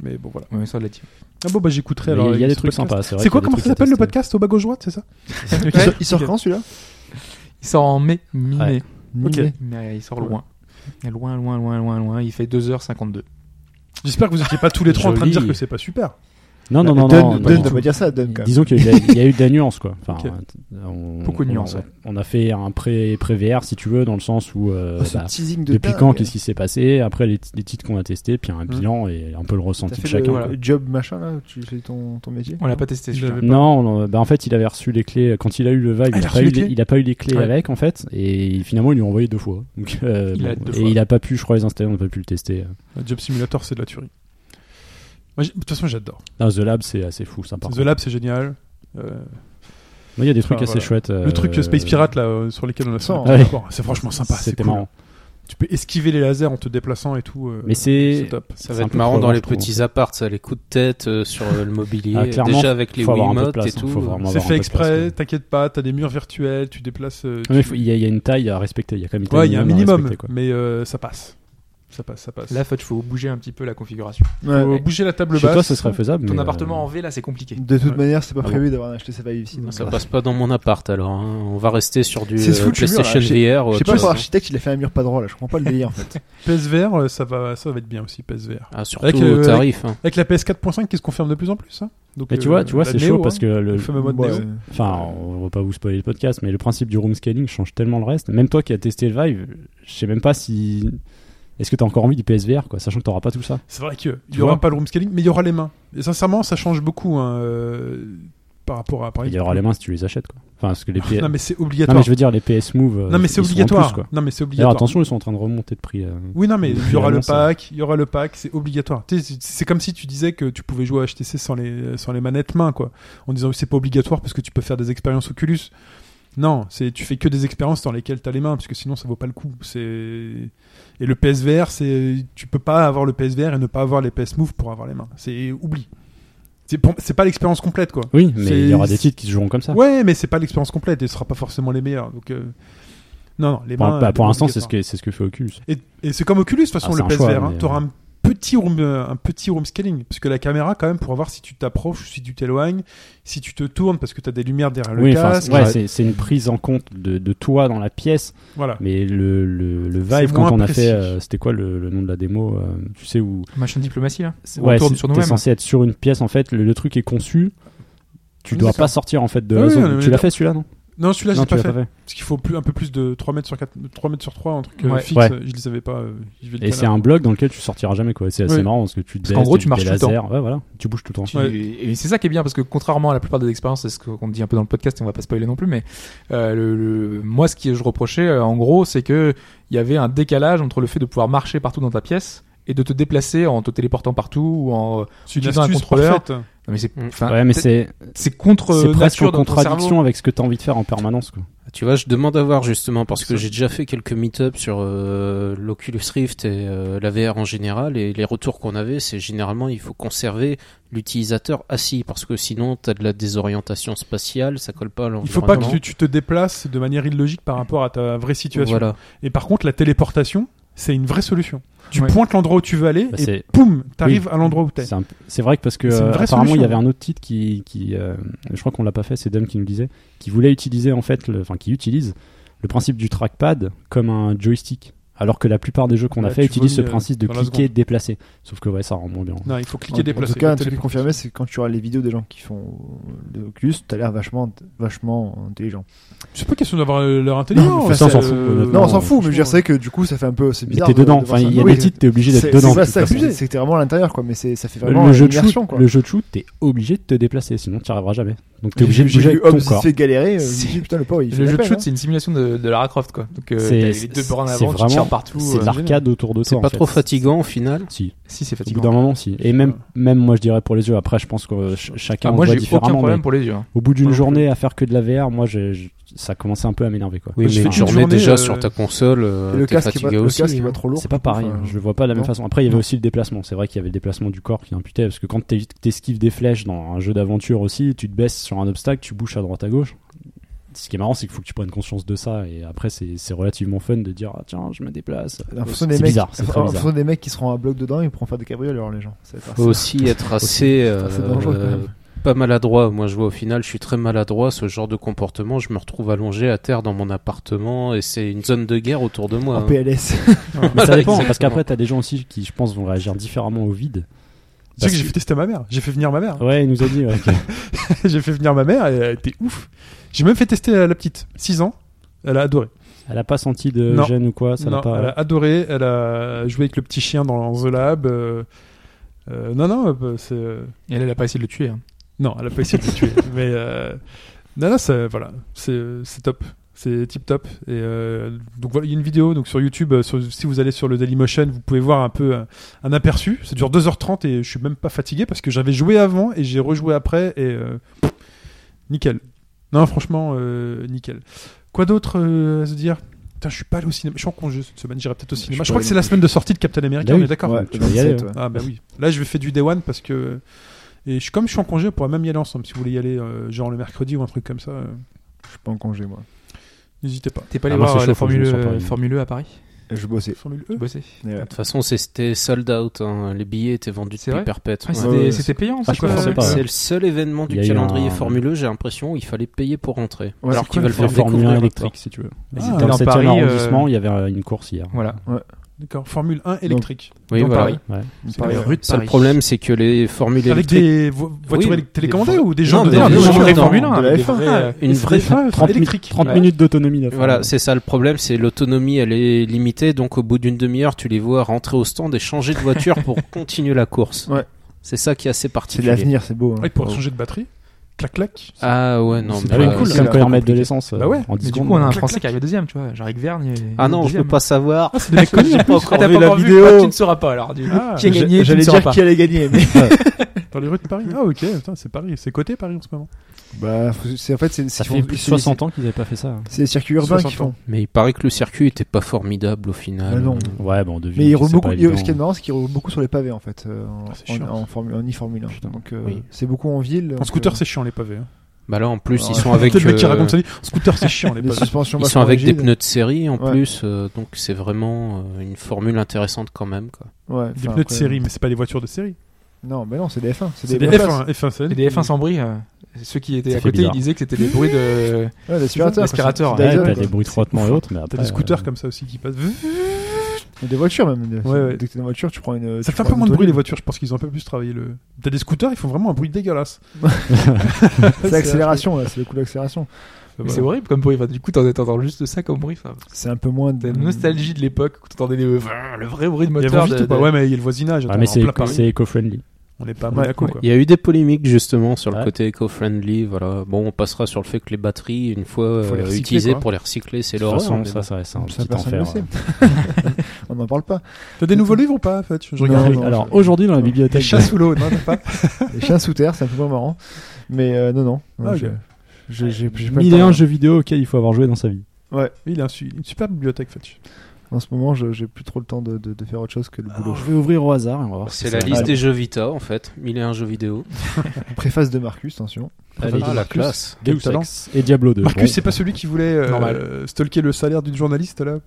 Speaker 1: Mais bon, voilà.
Speaker 2: Ouais, ça de la team.
Speaker 1: Ah bon, bah j'écouterai
Speaker 3: Mais
Speaker 1: alors.
Speaker 3: Il y a
Speaker 1: avec
Speaker 3: des
Speaker 1: ce
Speaker 3: trucs
Speaker 1: podcast.
Speaker 3: sympas. vrai
Speaker 1: C'est quoi
Speaker 3: qu'il y
Speaker 1: Comment
Speaker 3: a
Speaker 1: ça
Speaker 3: des trucs à
Speaker 1: s'appelle le
Speaker 3: tester.
Speaker 1: podcast au bas gauche droite, c'est ça
Speaker 5: Il sort- Il sort quand celui-là
Speaker 2: Il sort en mai, mi-mai,
Speaker 5: Mi-mai.
Speaker 2: mais il sort loin. Loin, loin, loin, loin, loin. Il fait 2h52.
Speaker 1: J'espère que vous étiez pas tous les trois en train de
Speaker 4: Joli.
Speaker 1: dire que c'est pas super.
Speaker 3: Non, non, non,
Speaker 5: Dunn-
Speaker 3: non.
Speaker 5: Dunn
Speaker 3: non.
Speaker 5: ne pas dire ça, Dunn, quand même.
Speaker 3: Euh, Disons qu'il y, a- il y a eu de la nuance, quoi. Enfin,
Speaker 1: Ok.
Speaker 3: on-
Speaker 2: Beaucoup de
Speaker 3: on-
Speaker 2: nuances, ouais.
Speaker 3: On a fait un pré- pré-VR, si tu veux, dans le sens où. euh,
Speaker 1: Ah,
Speaker 5: Oh, ce
Speaker 3: bah,
Speaker 5: teasing de
Speaker 3: Depuis
Speaker 5: dingue.
Speaker 3: quand Qu'est-ce qui s'est passé Après les, les titres qu'on a testés, puis
Speaker 1: Mmh.
Speaker 3: un
Speaker 5: Hmm.
Speaker 3: bilan et un peu le ressenti
Speaker 5: T'as
Speaker 3: de
Speaker 5: fait
Speaker 3: chacun.
Speaker 5: le
Speaker 2: voilà.
Speaker 5: le job machin là où Tu fais ton ton métier
Speaker 2: On l'a pas testé celui-là.
Speaker 1: J'avais-
Speaker 3: Non, on- bah en fait, il avait reçu les clés quand il a eu le vibe.
Speaker 1: Ah, il
Speaker 3: il,
Speaker 1: a
Speaker 3: a
Speaker 1: reçu
Speaker 3: pas eu
Speaker 1: les
Speaker 3: les-
Speaker 1: clés
Speaker 3: il a pas eu les clés
Speaker 2: Ouais.
Speaker 3: avec en fait, et finalement ils lui ont envoyé deux fois. Donc, euh,
Speaker 2: Il a
Speaker 3: bon,
Speaker 2: deux
Speaker 3: et
Speaker 2: fois.
Speaker 3: il a pas pu, je crois, les installer, on n'a pas pu le tester.
Speaker 1: Le Job Simulator, c'est de la tuerie. Moi, j'ai- De toute façon, j'adore.
Speaker 3: Non, The Lab, c'est assez fou, sympa.
Speaker 1: The Lab, c'est génial. Euh,
Speaker 3: Non, Il y a des
Speaker 1: Enfin,
Speaker 3: trucs assez
Speaker 1: voilà.
Speaker 3: chouettes.
Speaker 1: Le truc euh, Space Pirate là, euh, sur lesquel on a
Speaker 5: Sans,
Speaker 1: sorti,
Speaker 3: ouais.
Speaker 1: c'est franchement sympa. c'est
Speaker 3: c'était
Speaker 1: cool.
Speaker 3: marrant.
Speaker 1: tu peux esquiver les lasers en te déplaçant et tout. euh,
Speaker 3: Mais c'est-
Speaker 1: top.
Speaker 4: Ça
Speaker 3: C'est
Speaker 4: va
Speaker 3: un
Speaker 4: être
Speaker 3: peu
Speaker 4: marrant
Speaker 3: crevant,
Speaker 4: dans les
Speaker 3: je trouve.
Speaker 4: petits apparts, ça, les coups de tête euh, sur euh, le mobilier.
Speaker 3: Ah, clairement,
Speaker 4: Déjà avec les
Speaker 3: faut avoir un peu de
Speaker 4: Wiimote
Speaker 3: place,
Speaker 4: et
Speaker 3: hein,
Speaker 4: tout.
Speaker 3: faut vraiment
Speaker 1: C'est
Speaker 3: avoir un peu
Speaker 1: fait
Speaker 3: de place,
Speaker 1: exprès,
Speaker 3: quoi.
Speaker 1: t'inquiète pas, t'as des murs virtuels, tu déplaces. euh,
Speaker 3: Ouais, mais
Speaker 1: tu-
Speaker 3: faut- Il y, a- il y a une taille à respecter, il y a quand même une taille
Speaker 1: Ouais, il y a un
Speaker 3: minimum à
Speaker 1: minimum,
Speaker 3: respecter, quoi.
Speaker 1: mais euh, ça passe. Ça passe, ça passe.
Speaker 2: Là, faut, faut bouger un petit peu la configuration.
Speaker 1: Faut
Speaker 5: Ouais.
Speaker 1: bouger la table
Speaker 3: Chez
Speaker 1: basse.
Speaker 3: toi, ce serait faisable.
Speaker 2: Ton
Speaker 3: mais, euh,
Speaker 2: appartement en V, là, c'est compliqué.
Speaker 5: De toute
Speaker 1: Ouais.
Speaker 5: manière, c'est pas
Speaker 3: Ah
Speaker 5: prévu d'avoir acheté sa valve ici.
Speaker 2: Non,
Speaker 5: donc,
Speaker 2: ça
Speaker 5: euh,
Speaker 4: Ça passe pas dans mon appart alors. hein. On va rester sur du
Speaker 5: C'est
Speaker 4: euh,
Speaker 5: ce foutu mur, là.
Speaker 4: PlayStation VR. ou
Speaker 5: Je sais
Speaker 4: autre
Speaker 5: pas,
Speaker 4: chose,
Speaker 5: pour
Speaker 4: hein.
Speaker 5: architecte, il a fait un mur pas droit là. Je comprends pas le délire en fait.
Speaker 1: PSVR, euh, ça va, ça va être bien aussi, PSVR.
Speaker 4: Ah, surtout
Speaker 1: Avec,
Speaker 4: avec,
Speaker 1: euh,
Speaker 4: au tarif. hein.
Speaker 1: Avec la PS4.5 qui se confirme de plus en plus. hein. Donc,
Speaker 3: Mais tu
Speaker 1: euh,
Speaker 3: vois, tu vois
Speaker 1: la
Speaker 3: c'est
Speaker 1: Neo,
Speaker 3: chaud parce
Speaker 1: hein,
Speaker 3: que le,
Speaker 1: le fameux mode
Speaker 5: Ouais,
Speaker 1: Neo.
Speaker 5: c'est-
Speaker 3: Enfin, on va pas vous spoiler le podcast, mais le principe du room scaling change tellement le reste. Même toi qui as testé le Vive, je sais même pas si. Est-ce que t'as encore envie du PSVR, quoi, sachant que t'auras pas tout ça
Speaker 1: C'est vrai qu'il
Speaker 3: Tu
Speaker 1: y aura
Speaker 3: vois.
Speaker 1: pas le room scaling, mais il y aura les mains. Et sincèrement, ça change beaucoup hein, euh, par rapport à par
Speaker 3: Il y aura les mains si tu les achètes, quoi. Enfin, parce que les PS.
Speaker 1: Non, mais c'est
Speaker 3: Non,
Speaker 1: obligatoire.
Speaker 3: mais je veux dire, les PS Move. euh,
Speaker 1: Non, mais c'est
Speaker 3: ils sont en
Speaker 1: obligatoire.
Speaker 3: plus, quoi.
Speaker 1: Non, mais c'est
Speaker 3: D'ailleurs,
Speaker 1: obligatoire.
Speaker 3: attention, ils sont en train de remonter de prix. euh.
Speaker 1: Oui, non, mais il y aura le
Speaker 3: Finalement, ça-
Speaker 1: pack, il y aura le pack, c'est obligatoire. Tu sais, c'est- c'est comme si tu disais que tu pouvais jouer à HTC sans les, sans les manettes main, quoi. En disant que c'est pas obligatoire parce que tu peux faire des expériences Oculus. Non, c'est tu fais que des expériences dans lesquelles t'as les mains, parce que sinon ça vaut pas le coup. C'est et le PSVR, c'est tu peux pas avoir le PSVR et ne pas avoir les PS Move pour avoir les mains. C'est oubli. C'est pour- c'est pas l'expérience complète, quoi.
Speaker 3: Oui, mais
Speaker 1: C'est-
Speaker 3: il y aura des titres qui se joueront comme ça.
Speaker 1: Ouais, mais c'est pas l'expérience complète et ce sera pas forcément les meilleurs. Donc euh, non, non, les
Speaker 3: Pour-
Speaker 1: mains.
Speaker 3: bah,
Speaker 1: euh,
Speaker 3: pour l'instant, c'est
Speaker 1: obligataires.
Speaker 3: ce que c'est ce que fait Oculus.
Speaker 1: Et, et c'est comme Oculus, de toute façon,
Speaker 3: Ah, c'est
Speaker 1: le
Speaker 3: un
Speaker 1: PSVR.
Speaker 3: choix,
Speaker 1: hein.
Speaker 3: mais,
Speaker 1: T'auras
Speaker 3: euh,
Speaker 1: un petit room, euh, un petit room scaling, parce que la caméra, quand même, pour voir si tu t'approches, si tu t'éloignes, si tu te tournes, parce que t'as des lumières derrière le
Speaker 3: Oui, enfin,
Speaker 1: casque.
Speaker 3: c'est- ouais, c'est- c'est une prise en compte de, de toi dans la pièce,
Speaker 1: Voilà.
Speaker 3: mais le, le, le
Speaker 1: C'est
Speaker 3: Vive, quand
Speaker 1: moins
Speaker 3: on a
Speaker 1: précis.
Speaker 3: fait, euh, c'était quoi le, le nom de la démo euh, Tu sais où
Speaker 2: Machin de diplomatie, là. On
Speaker 3: Ouais,
Speaker 2: tourne
Speaker 3: c'est
Speaker 2: sur
Speaker 3: t'es
Speaker 2: nous-mêmes.
Speaker 3: censé être sur une pièce en fait. Le, le truc est conçu. Tu
Speaker 1: Oui,
Speaker 3: dois
Speaker 1: c'est ça.
Speaker 3: pas sortir en fait de
Speaker 1: Ah
Speaker 3: la
Speaker 1: oui,
Speaker 3: zone.
Speaker 1: on est
Speaker 3: tu l'as
Speaker 1: d'accord.
Speaker 3: fait celui-là non
Speaker 1: Non, celui-là,
Speaker 3: Non,
Speaker 1: j'ai
Speaker 3: tu
Speaker 1: pas
Speaker 3: l'as
Speaker 1: fait.
Speaker 3: pas fait.
Speaker 1: Parce qu'il faut plus, un peu plus de 3 mètres sur 4, 3 mètres sur 3, un truc euh,
Speaker 2: Ouais.
Speaker 1: fixe.
Speaker 3: Ouais.
Speaker 1: Je les avais pas. euh, je vais le
Speaker 3: Et c'est
Speaker 1: caler.
Speaker 3: un bloc dans lequel tu sortiras jamais quoi. C'est assez
Speaker 1: Oui.
Speaker 3: marrant parce que tu te
Speaker 2: Parce qu'en
Speaker 3: baisses,
Speaker 2: gros,
Speaker 3: t'as
Speaker 2: tu marches
Speaker 3: des
Speaker 2: tout le temps.
Speaker 3: lasers. Ouais, voilà. Tu bouges tout le temps.
Speaker 2: Tu-
Speaker 1: Ouais.
Speaker 2: Et c'est ça qui est bien parce que contrairement à la plupart des expériences, c'est ce qu'on dit un peu dans le podcast et on va pas spoiler non plus, mais euh, le, le- moi ce que je reprochais euh, en gros c'est que il y avait un décalage entre le fait de pouvoir marcher partout dans ta pièce et de te déplacer en te téléportant partout ou en euh,
Speaker 1: C'est une
Speaker 2: tu fais un
Speaker 1: astuce
Speaker 2: contrôleur.
Speaker 1: parfaite.
Speaker 2: non, mais c'est
Speaker 4: Mm.
Speaker 2: enfin,
Speaker 3: Ouais, mais
Speaker 2: Bah, peut-être-
Speaker 3: c'est
Speaker 2: c'est contre
Speaker 3: c'est presque
Speaker 2: nature
Speaker 3: en
Speaker 2: dans ton cerveau.
Speaker 3: contradiction avec ce que t'as envie de faire en permanence quoi.
Speaker 4: Tu vois, je demande à voir justement parce que j'ai déjà fait quelques meet-ups sur euh, l'Oculus Rift et euh, la VR en général et les retours qu'on avait, c'est généralement il faut conserver l'utilisateur assis parce que sinon t'as de la désorientation spatiale, ça colle pas à
Speaker 1: Il faut pas que
Speaker 4: l'environnement.
Speaker 1: tu, tu te déplaces de manière illogique par rapport à ta vraie situation.
Speaker 4: Voilà.
Speaker 1: Et par contre, la téléportation, c'est une vraie solution. Tu
Speaker 2: Ouais.
Speaker 1: pointes l'endroit où tu veux aller
Speaker 3: Bah,
Speaker 1: et
Speaker 3: c'est-
Speaker 1: poum, t'arrives à l'endroit où t'es.
Speaker 3: C'est un p- c'est vrai que parce que
Speaker 1: C'est une
Speaker 3: euh,
Speaker 1: vraie
Speaker 3: apparemment il y
Speaker 1: solution.
Speaker 3: avait un autre titre qui, qui euh, je crois qu'on l'a pas fait, c'est Dom qui nous le disait, qui voulait utiliser en fait, le- enfin qui utilise le principe du trackpad comme un joystick, alors que la plupart des jeux qu'on a
Speaker 5: Bah,
Speaker 1: Ouais,
Speaker 3: fait
Speaker 1: tu
Speaker 3: utilisent ce
Speaker 1: vomis, euh,
Speaker 3: principe de
Speaker 1: dans la
Speaker 3: cliquer,
Speaker 1: seconde.
Speaker 3: déplacer. Sauf que ouais, ça rend moins bien.
Speaker 1: Non, il faut cliquer
Speaker 5: En-
Speaker 1: déplacer.
Speaker 5: En tout cas, un
Speaker 1: la
Speaker 5: truc qui est
Speaker 1: télé-
Speaker 5: confirmé, c'est que quand tu auras les vidéos des gens qui font euh, de Oculus, t'as l'air vachement, vachement intelligent.
Speaker 1: C'est pas question d'avoir euh, leur intelligence.
Speaker 5: Non, mais ça, on
Speaker 1: c'est,
Speaker 3: s'en fout,
Speaker 1: euh,
Speaker 3: honnêtement.
Speaker 5: Non, on
Speaker 3: euh,
Speaker 5: s'en fout, mais je veux dire,
Speaker 1: franchement,
Speaker 5: c'est vrai que du coup, ça fait un peu, c'est
Speaker 3: Mais
Speaker 5: bizarre.
Speaker 3: t'es
Speaker 5: de-
Speaker 3: dedans,
Speaker 5: de voir
Speaker 3: enfin il y a
Speaker 5: ça. Oui,
Speaker 3: des titres, t'es obligé
Speaker 5: c'est-
Speaker 3: d'être dedans.
Speaker 5: C'est pas
Speaker 3: de toute
Speaker 5: ça que
Speaker 3: façon.
Speaker 5: je disais, c'est que t'es vraiment à l'intérieur, quoi. Mais c'est, ça fait vraiment
Speaker 3: le jeu, de
Speaker 5: immersion,
Speaker 3: shoot,
Speaker 5: quoi.
Speaker 3: le jeu de shoot, t'es obligé de te déplacer, sinon tu n'y arriveras jamais. Donc t'es obligé de
Speaker 5: J'ai
Speaker 3: bouger
Speaker 5: vu
Speaker 3: avec ton
Speaker 5: Hobbs il se
Speaker 3: corps.
Speaker 5: fait galérer. euh, je me
Speaker 2: C'est-
Speaker 5: dis, Putain, le pauvre, il fait
Speaker 2: le
Speaker 5: la
Speaker 2: jeu de
Speaker 5: peine,
Speaker 2: shoot
Speaker 5: hein.
Speaker 2: c'est une simulation de, de Lara Croft quoi. Donc euh,
Speaker 3: C'est-
Speaker 2: t'as les deux bras en
Speaker 3: c'est
Speaker 2: avant, tu
Speaker 3: vraiment-
Speaker 2: tires partout.
Speaker 3: C'est de
Speaker 2: euh,
Speaker 3: l'arcade autour de toi.
Speaker 4: C'est
Speaker 3: en
Speaker 4: pas
Speaker 3: fait.
Speaker 4: trop fatigant au final.
Speaker 3: Si,
Speaker 2: si c'est
Speaker 3: au bout
Speaker 2: fatigant.
Speaker 3: d'un moment, si. Et même, même moi, je dirais pour les yeux. Après, je pense que euh, ch- chacun
Speaker 2: Ah,
Speaker 3: le
Speaker 2: moi
Speaker 3: voit
Speaker 2: j'ai aucun
Speaker 3: différemment. mais-
Speaker 2: problème pour les yeux. hein.
Speaker 3: Au bout d'une
Speaker 2: Moi non
Speaker 3: journée à faire que de la VR, moi, je, je- ça commençait un peu à m'énerver. quoi.
Speaker 1: Je
Speaker 4: Oui,
Speaker 1: fais
Speaker 4: mais une
Speaker 1: une
Speaker 4: journée,
Speaker 1: journée,
Speaker 4: déjà
Speaker 1: euh,
Speaker 4: sur ta
Speaker 5: Et
Speaker 4: console, euh,
Speaker 5: le
Speaker 4: t'es
Speaker 5: casque, il va-
Speaker 4: fatigué
Speaker 5: le
Speaker 4: aussi.
Speaker 5: casque, il va
Speaker 4: hein.
Speaker 5: trop lourd.
Speaker 3: C'est pas pareil,
Speaker 5: Enfin,
Speaker 3: je le vois pas de la même
Speaker 5: non.
Speaker 3: façon. Après, il y avait
Speaker 5: Non.
Speaker 3: aussi le déplacement. C'est vrai qu'il y avait le déplacement du corps qui imputait, parce que quand t'es- t'esquives des flèches dans un jeu d'aventure aussi, tu te baisses sur un obstacle, tu bouches à droite à gauche. Ce qui est marrant, c'est qu'il faut que tu prennes conscience de ça, et après, c'est c'est relativement fun de dire ah, tiens, je me déplace.
Speaker 5: En fonction des
Speaker 3: C'est
Speaker 5: mecs-
Speaker 3: bizarre, c'est
Speaker 5: en-
Speaker 3: très
Speaker 5: en
Speaker 3: bizarre.
Speaker 5: fonction des mecs qui seront à bloc dedans, ils pourront faire des cabrioles, alors les gens. Ça va être
Speaker 4: Faut aussi être assez, euh,
Speaker 5: c'est dangereux, quand même.
Speaker 4: pas maladroit. Moi, je vois au final, je suis très maladroit. Ce genre de comportement, je me retrouve allongé à terre dans mon appartement et c'est une zone de guerre autour de moi.
Speaker 5: En
Speaker 4: hein.
Speaker 5: PLS.
Speaker 3: Mais ça dépend, parce
Speaker 4: Exactement.
Speaker 3: qu'après, t'as des gens aussi qui, je pense, vont réagir différemment au vide.
Speaker 1: Tu sais que
Speaker 3: Parce
Speaker 1: j'ai fait tester ma mère. J'ai fait venir ma mère.
Speaker 3: Ouais, il nous a dit. ouais, que-
Speaker 1: j'ai fait venir ma mère et elle était ouf. J'ai même fait tester à la petite, 6 ans. Elle a adoré.
Speaker 3: Elle a pas senti de
Speaker 1: Non.
Speaker 3: gêne ou quoi, Ah, ça l'a
Speaker 1: non,
Speaker 3: pas.
Speaker 1: elle a adoré. Elle a joué avec le petit chien dans The Lab. euh, euh, non, non, euh, c'est. euh,
Speaker 2: Et elle, elle a pas essayé de le tuer. hein.
Speaker 1: Non, elle a pas essayé de le tuer. Mais euh, non, non, ça, voilà, c'est euh, c'est top. C'est tip top. Et euh, donc voilà, il y a une vidéo donc sur YouTube. euh, sur- si vous allez sur le Dailymotion, vous pouvez voir un peu un, un aperçu. Ça dure 2h30 et je suis même pas fatigué parce que j'avais joué avant et j'ai rejoué après. Et euh, nickel. Non, franchement, euh, nickel. Quoi d'autre euh, à se dire Putain, je suis pas allé au cinéma. Je suis en congé cette semaine, j'irai peut-être au cinéma.
Speaker 5: suis
Speaker 1: Je
Speaker 5: pas
Speaker 1: crois que
Speaker 5: allé
Speaker 1: c'est
Speaker 5: non
Speaker 1: la semaine de sortie de Captain America,
Speaker 3: Bah
Speaker 1: on
Speaker 3: oui.
Speaker 1: est d'accord
Speaker 5: Ouais,
Speaker 3: tu
Speaker 5: tu
Speaker 3: vas y
Speaker 5: sais,
Speaker 3: aller,
Speaker 5: toi.
Speaker 1: Ah bah oui. Là, je vais faire du day one parce que et je, comme je suis en congé, on pourrait même y aller ensemble. Si vous voulez y aller, euh, genre le mercredi ou un truc comme ça, euh,
Speaker 5: Je suis pas en congé, moi.
Speaker 1: n'hésitez pas.
Speaker 2: T'es pas allé
Speaker 3: Ah, moi,
Speaker 2: voir
Speaker 3: c'est
Speaker 2: euh,
Speaker 3: chaud,
Speaker 2: la
Speaker 3: faut que je
Speaker 2: Formule,
Speaker 3: me sente pas-
Speaker 2: euh, Formule E à Paris
Speaker 5: Et Je bossais.
Speaker 1: Formule
Speaker 2: Tu
Speaker 1: E.
Speaker 2: bossais
Speaker 5: Et, euh,
Speaker 4: toute façon, c'est- c'était sold out. hein. Les billets étaient vendus
Speaker 2: C'est
Speaker 4: depuis
Speaker 2: vrai
Speaker 4: perpète.
Speaker 2: Ah,
Speaker 4: ouais.
Speaker 2: c'était-
Speaker 5: ouais, ouais,
Speaker 2: C'était payant,
Speaker 3: Ah,
Speaker 2: c'est
Speaker 3: je pensais
Speaker 2: pas-
Speaker 3: pas, ouais.
Speaker 4: C'est le seul événement
Speaker 3: Il
Speaker 4: du
Speaker 3: y a eu
Speaker 4: calendrier
Speaker 3: un-
Speaker 4: Formule E, j'ai l'impression où il fallait payer pour rentrer.
Speaker 5: Ouais,
Speaker 4: Alors
Speaker 5: c'est
Speaker 4: qu'ils
Speaker 5: quoi,
Speaker 4: veulent
Speaker 3: En
Speaker 4: faire
Speaker 3: Formule 1
Speaker 4: découvrir
Speaker 3: électrique, si tu veux.
Speaker 1: Ah,
Speaker 3: C'était
Speaker 2: dans
Speaker 3: dans le 7
Speaker 2: Paris, euh,
Speaker 3: arrondissement, il y avait euh, une course hier.
Speaker 2: Voilà.
Speaker 1: D'accord. Formule 1 électrique.
Speaker 4: Oui,
Speaker 2: Dans
Speaker 4: voilà.
Speaker 2: Paris.
Speaker 3: Ouais.
Speaker 1: C'est
Speaker 5: Paris,
Speaker 1: quoi,
Speaker 2: rue de
Speaker 4: Ça, le
Speaker 2: Paris.
Speaker 4: problème, c'est que les formules
Speaker 1: Avec
Speaker 4: électriques.
Speaker 1: des vo- voitures
Speaker 2: Oui,
Speaker 1: éle- télécommandées ou des
Speaker 2: Non,
Speaker 1: gens
Speaker 2: mais
Speaker 1: dedans
Speaker 2: des
Speaker 1: des
Speaker 2: gens
Speaker 1: gens
Speaker 2: vraie
Speaker 1: dedans.
Speaker 2: Formule 1,
Speaker 5: de la
Speaker 2: des
Speaker 5: F1,
Speaker 2: vrais, euh,
Speaker 4: Une vraie.
Speaker 1: Ah,
Speaker 3: 30, mi-
Speaker 1: électrique.
Speaker 3: 30
Speaker 1: Ouais.
Speaker 3: minutes d'autonomie. la fin.
Speaker 4: Voilà, c'est ça le problème, c'est l'autonomie, elle est limitée, donc au bout d'une demi-heure, tu les vois rentrer au stand et changer de voiture pour continuer la course.
Speaker 5: Ouais.
Speaker 4: C'est ça qui est assez
Speaker 5: C'est de
Speaker 4: particulier.
Speaker 5: l'avenir, c'est beau. hein.
Speaker 1: Ouais, Ah, pour changer de batterie. Clac clac.
Speaker 4: Ah ouais, non,
Speaker 5: C'est
Speaker 4: mais
Speaker 3: Ah oui,
Speaker 5: Ouais,
Speaker 3: cool,
Speaker 5: c'est
Speaker 3: comme quand ils
Speaker 5: trop
Speaker 3: remettent de
Speaker 5: compliqué.
Speaker 3: l'essence euh,
Speaker 1: Bah ouais.
Speaker 3: en 10
Speaker 2: Mais du
Speaker 3: secondes.
Speaker 2: coup, on a un
Speaker 1: Clac,
Speaker 2: Français
Speaker 1: clac.
Speaker 2: qui arrive deuxième, tu vois. Jarek Vergne. est-
Speaker 4: Ah non,
Speaker 2: est
Speaker 4: je peux
Speaker 2: deuxième.
Speaker 4: pas savoir.
Speaker 1: Ah, c'est des mecs connus.
Speaker 2: J'ai pas encore
Speaker 1: Ah, t'as
Speaker 2: vu
Speaker 1: pas
Speaker 2: la
Speaker 1: encore vu
Speaker 2: vidéo.
Speaker 1: Ah,
Speaker 2: Tu ne sauras pas alors. du-
Speaker 1: Ah,
Speaker 2: Qui a
Speaker 5: J'a-
Speaker 2: gagné tu
Speaker 5: J'allais
Speaker 2: ne sauras
Speaker 5: dire
Speaker 2: pas.
Speaker 5: qui allait gagner, mais.
Speaker 1: Dans les rues de Paris. Ah ok, putain, c'est Paris. C'est côté Paris en ce moment.
Speaker 5: bah, faut- c'est en fait, c'est.
Speaker 3: Ça
Speaker 5: c'est-
Speaker 3: fait
Speaker 5: c'est-
Speaker 3: plus de
Speaker 5: c'est-
Speaker 3: 60 ans qu'ils n'avaient pas fait ça.
Speaker 5: C'est les circuits urbains qui
Speaker 1: 60 ans.
Speaker 5: font.
Speaker 4: Mais il paraît que le circuit était pas formidable au final.
Speaker 5: Ah non.
Speaker 3: Ouais, bon, on devine.
Speaker 5: Mais ils
Speaker 3: que
Speaker 5: roulent
Speaker 3: c'est
Speaker 5: beaucoup.
Speaker 3: pas
Speaker 5: ils-
Speaker 3: évident.
Speaker 5: Ce qui est marrant, c'est qu'ils roulent beaucoup sur les pavés en fait, euh, en,
Speaker 1: Ah, c'est chiant,
Speaker 5: en, en Formule- en e-Formule 1.
Speaker 3: Putain.
Speaker 5: Donc euh,
Speaker 4: Oui.
Speaker 5: c'est beaucoup en ville.
Speaker 1: En scooter, c'est chiant les pavés. hein.
Speaker 4: Bah là, en plus, ils
Speaker 5: Alors,
Speaker 4: sont avec.
Speaker 1: C'est le mec qui
Speaker 4: euh,
Speaker 1: raconte sa vie. En scooter, c'est chiant les
Speaker 5: les
Speaker 1: pavés.
Speaker 5: suspensions.
Speaker 4: Ils sont
Speaker 5: vachement
Speaker 4: avec des
Speaker 5: rigides.
Speaker 4: pneus de série en
Speaker 5: Ouais.
Speaker 4: plus, euh, donc c'est vraiment euh, une formule intéressante quand même. Quoi.
Speaker 5: Ouais,
Speaker 1: Des
Speaker 5: enfin,
Speaker 1: pneus de
Speaker 5: après- euh,
Speaker 1: série, mais c'est pas des voitures de série.
Speaker 5: Non, mais non, c'est des F1.
Speaker 1: C'est des F1. F1, c'est
Speaker 2: Et des F1 sans bruit. euh, Ceux qui étaient
Speaker 3: Ça
Speaker 2: à
Speaker 3: fait
Speaker 2: côté,
Speaker 3: bizarre.
Speaker 2: ils disaient que c'était des bruits de.
Speaker 5: Ouais, d'aspirateurs.
Speaker 2: D'aspirateurs,
Speaker 5: quoi. C'est
Speaker 3: Ouais,
Speaker 5: diesel,
Speaker 3: t'as
Speaker 5: quoi.
Speaker 3: des bruits de frottement et autres, mais après.
Speaker 1: T'as des scooters
Speaker 3: euh,
Speaker 1: comme ça aussi qui passent.
Speaker 5: Et Des voitures même. des-
Speaker 1: Ouais, ouais.
Speaker 5: Dès que t'es dans une voiture, tu prends une.
Speaker 1: Ça
Speaker 5: tu
Speaker 1: fait un
Speaker 5: prends
Speaker 1: peu
Speaker 5: une
Speaker 1: moins de bruit les
Speaker 5: Autolib.
Speaker 1: voitures, je pense qu'ils ont un peu plus travaillé le. T'as des scooters, ils font vraiment un bruit dégueulasse.
Speaker 5: C'est l'accélération, là, c'est le coup d'accélération.
Speaker 2: Mais C'est horrible comme bruit. Enfin, Du coup, t'en- t'entends juste ça comme bruit. enfin,
Speaker 5: C'est un peu moins
Speaker 2: T'as
Speaker 5: de.
Speaker 2: une nostalgie de l'époque où t'entendais les- le vrai bruit de
Speaker 1: Il y a
Speaker 2: moteur.
Speaker 1: vent vite
Speaker 2: de-
Speaker 1: ou pas
Speaker 2: de-
Speaker 1: Ouais, mais il y a le voisinage.
Speaker 3: Ah,
Speaker 1: attends,
Speaker 3: mais
Speaker 1: en
Speaker 3: c'est
Speaker 1: plein Paris.
Speaker 3: c'est éco-friendly.
Speaker 1: On n'est pas à
Speaker 5: Ouais,
Speaker 1: Monaco,
Speaker 5: ouais.
Speaker 1: quoi.
Speaker 4: Il y a eu des polémiques justement sur le
Speaker 3: Ouais.
Speaker 4: côté eco-friendly. Voilà. Bon, on passera sur le fait que les batteries, une fois
Speaker 1: Faut les
Speaker 4: euh,
Speaker 1: recycler,
Speaker 4: utilisées
Speaker 1: quoi.
Speaker 4: pour les recycler,
Speaker 3: De
Speaker 4: c'est
Speaker 3: toute
Speaker 4: l'horreur.
Speaker 3: façon,
Speaker 4: mais
Speaker 3: ça,
Speaker 4: bon.
Speaker 3: ça reste un
Speaker 5: Ça,
Speaker 3: petit
Speaker 5: personne ne
Speaker 3: enfer.
Speaker 5: le sait. On n'en parle pas.
Speaker 1: T'as des nouveaux livres ou pas, en fait Je
Speaker 5: Non,
Speaker 1: regarde.
Speaker 5: non.
Speaker 3: Alors, aujourd'hui, dans la bibliothèque. de-
Speaker 1: Chasse sous l'eau, non, t'as pas
Speaker 5: Les chiens sous terre, c'est un peu moins marrant. Mais euh, non, non. non,
Speaker 1: Ah,
Speaker 5: je-
Speaker 1: ok.
Speaker 5: je- J'ai j'ai pas le
Speaker 3: Mille et
Speaker 5: temps,
Speaker 3: un
Speaker 5: là.
Speaker 3: jeux vidéo auxquels il faut avoir joué dans sa vie.
Speaker 1: Il a un su- une super bibliothèque, Fetch.
Speaker 5: En ce moment, je- j'ai plus trop le temps de, de- de faire autre chose que le boulot.
Speaker 1: Ah,
Speaker 3: je vais ouvrir au hasard et on va voir
Speaker 4: C'est la liste
Speaker 5: Allez.
Speaker 4: des jeux Vita en fait. Mille et un jeux vidéo.
Speaker 5: Préface de Marcus, attention.
Speaker 3: Allez,
Speaker 4: ah, la
Speaker 3: Marcus.
Speaker 4: classe.
Speaker 1: Quel
Speaker 3: Deus
Speaker 1: talent.
Speaker 3: Ex et Diablo 2.
Speaker 1: Marcus,
Speaker 3: Bon,
Speaker 1: c'est pas celui qui voulait euh,
Speaker 2: Normal.
Speaker 1: stalker le salaire d'une journaliste, là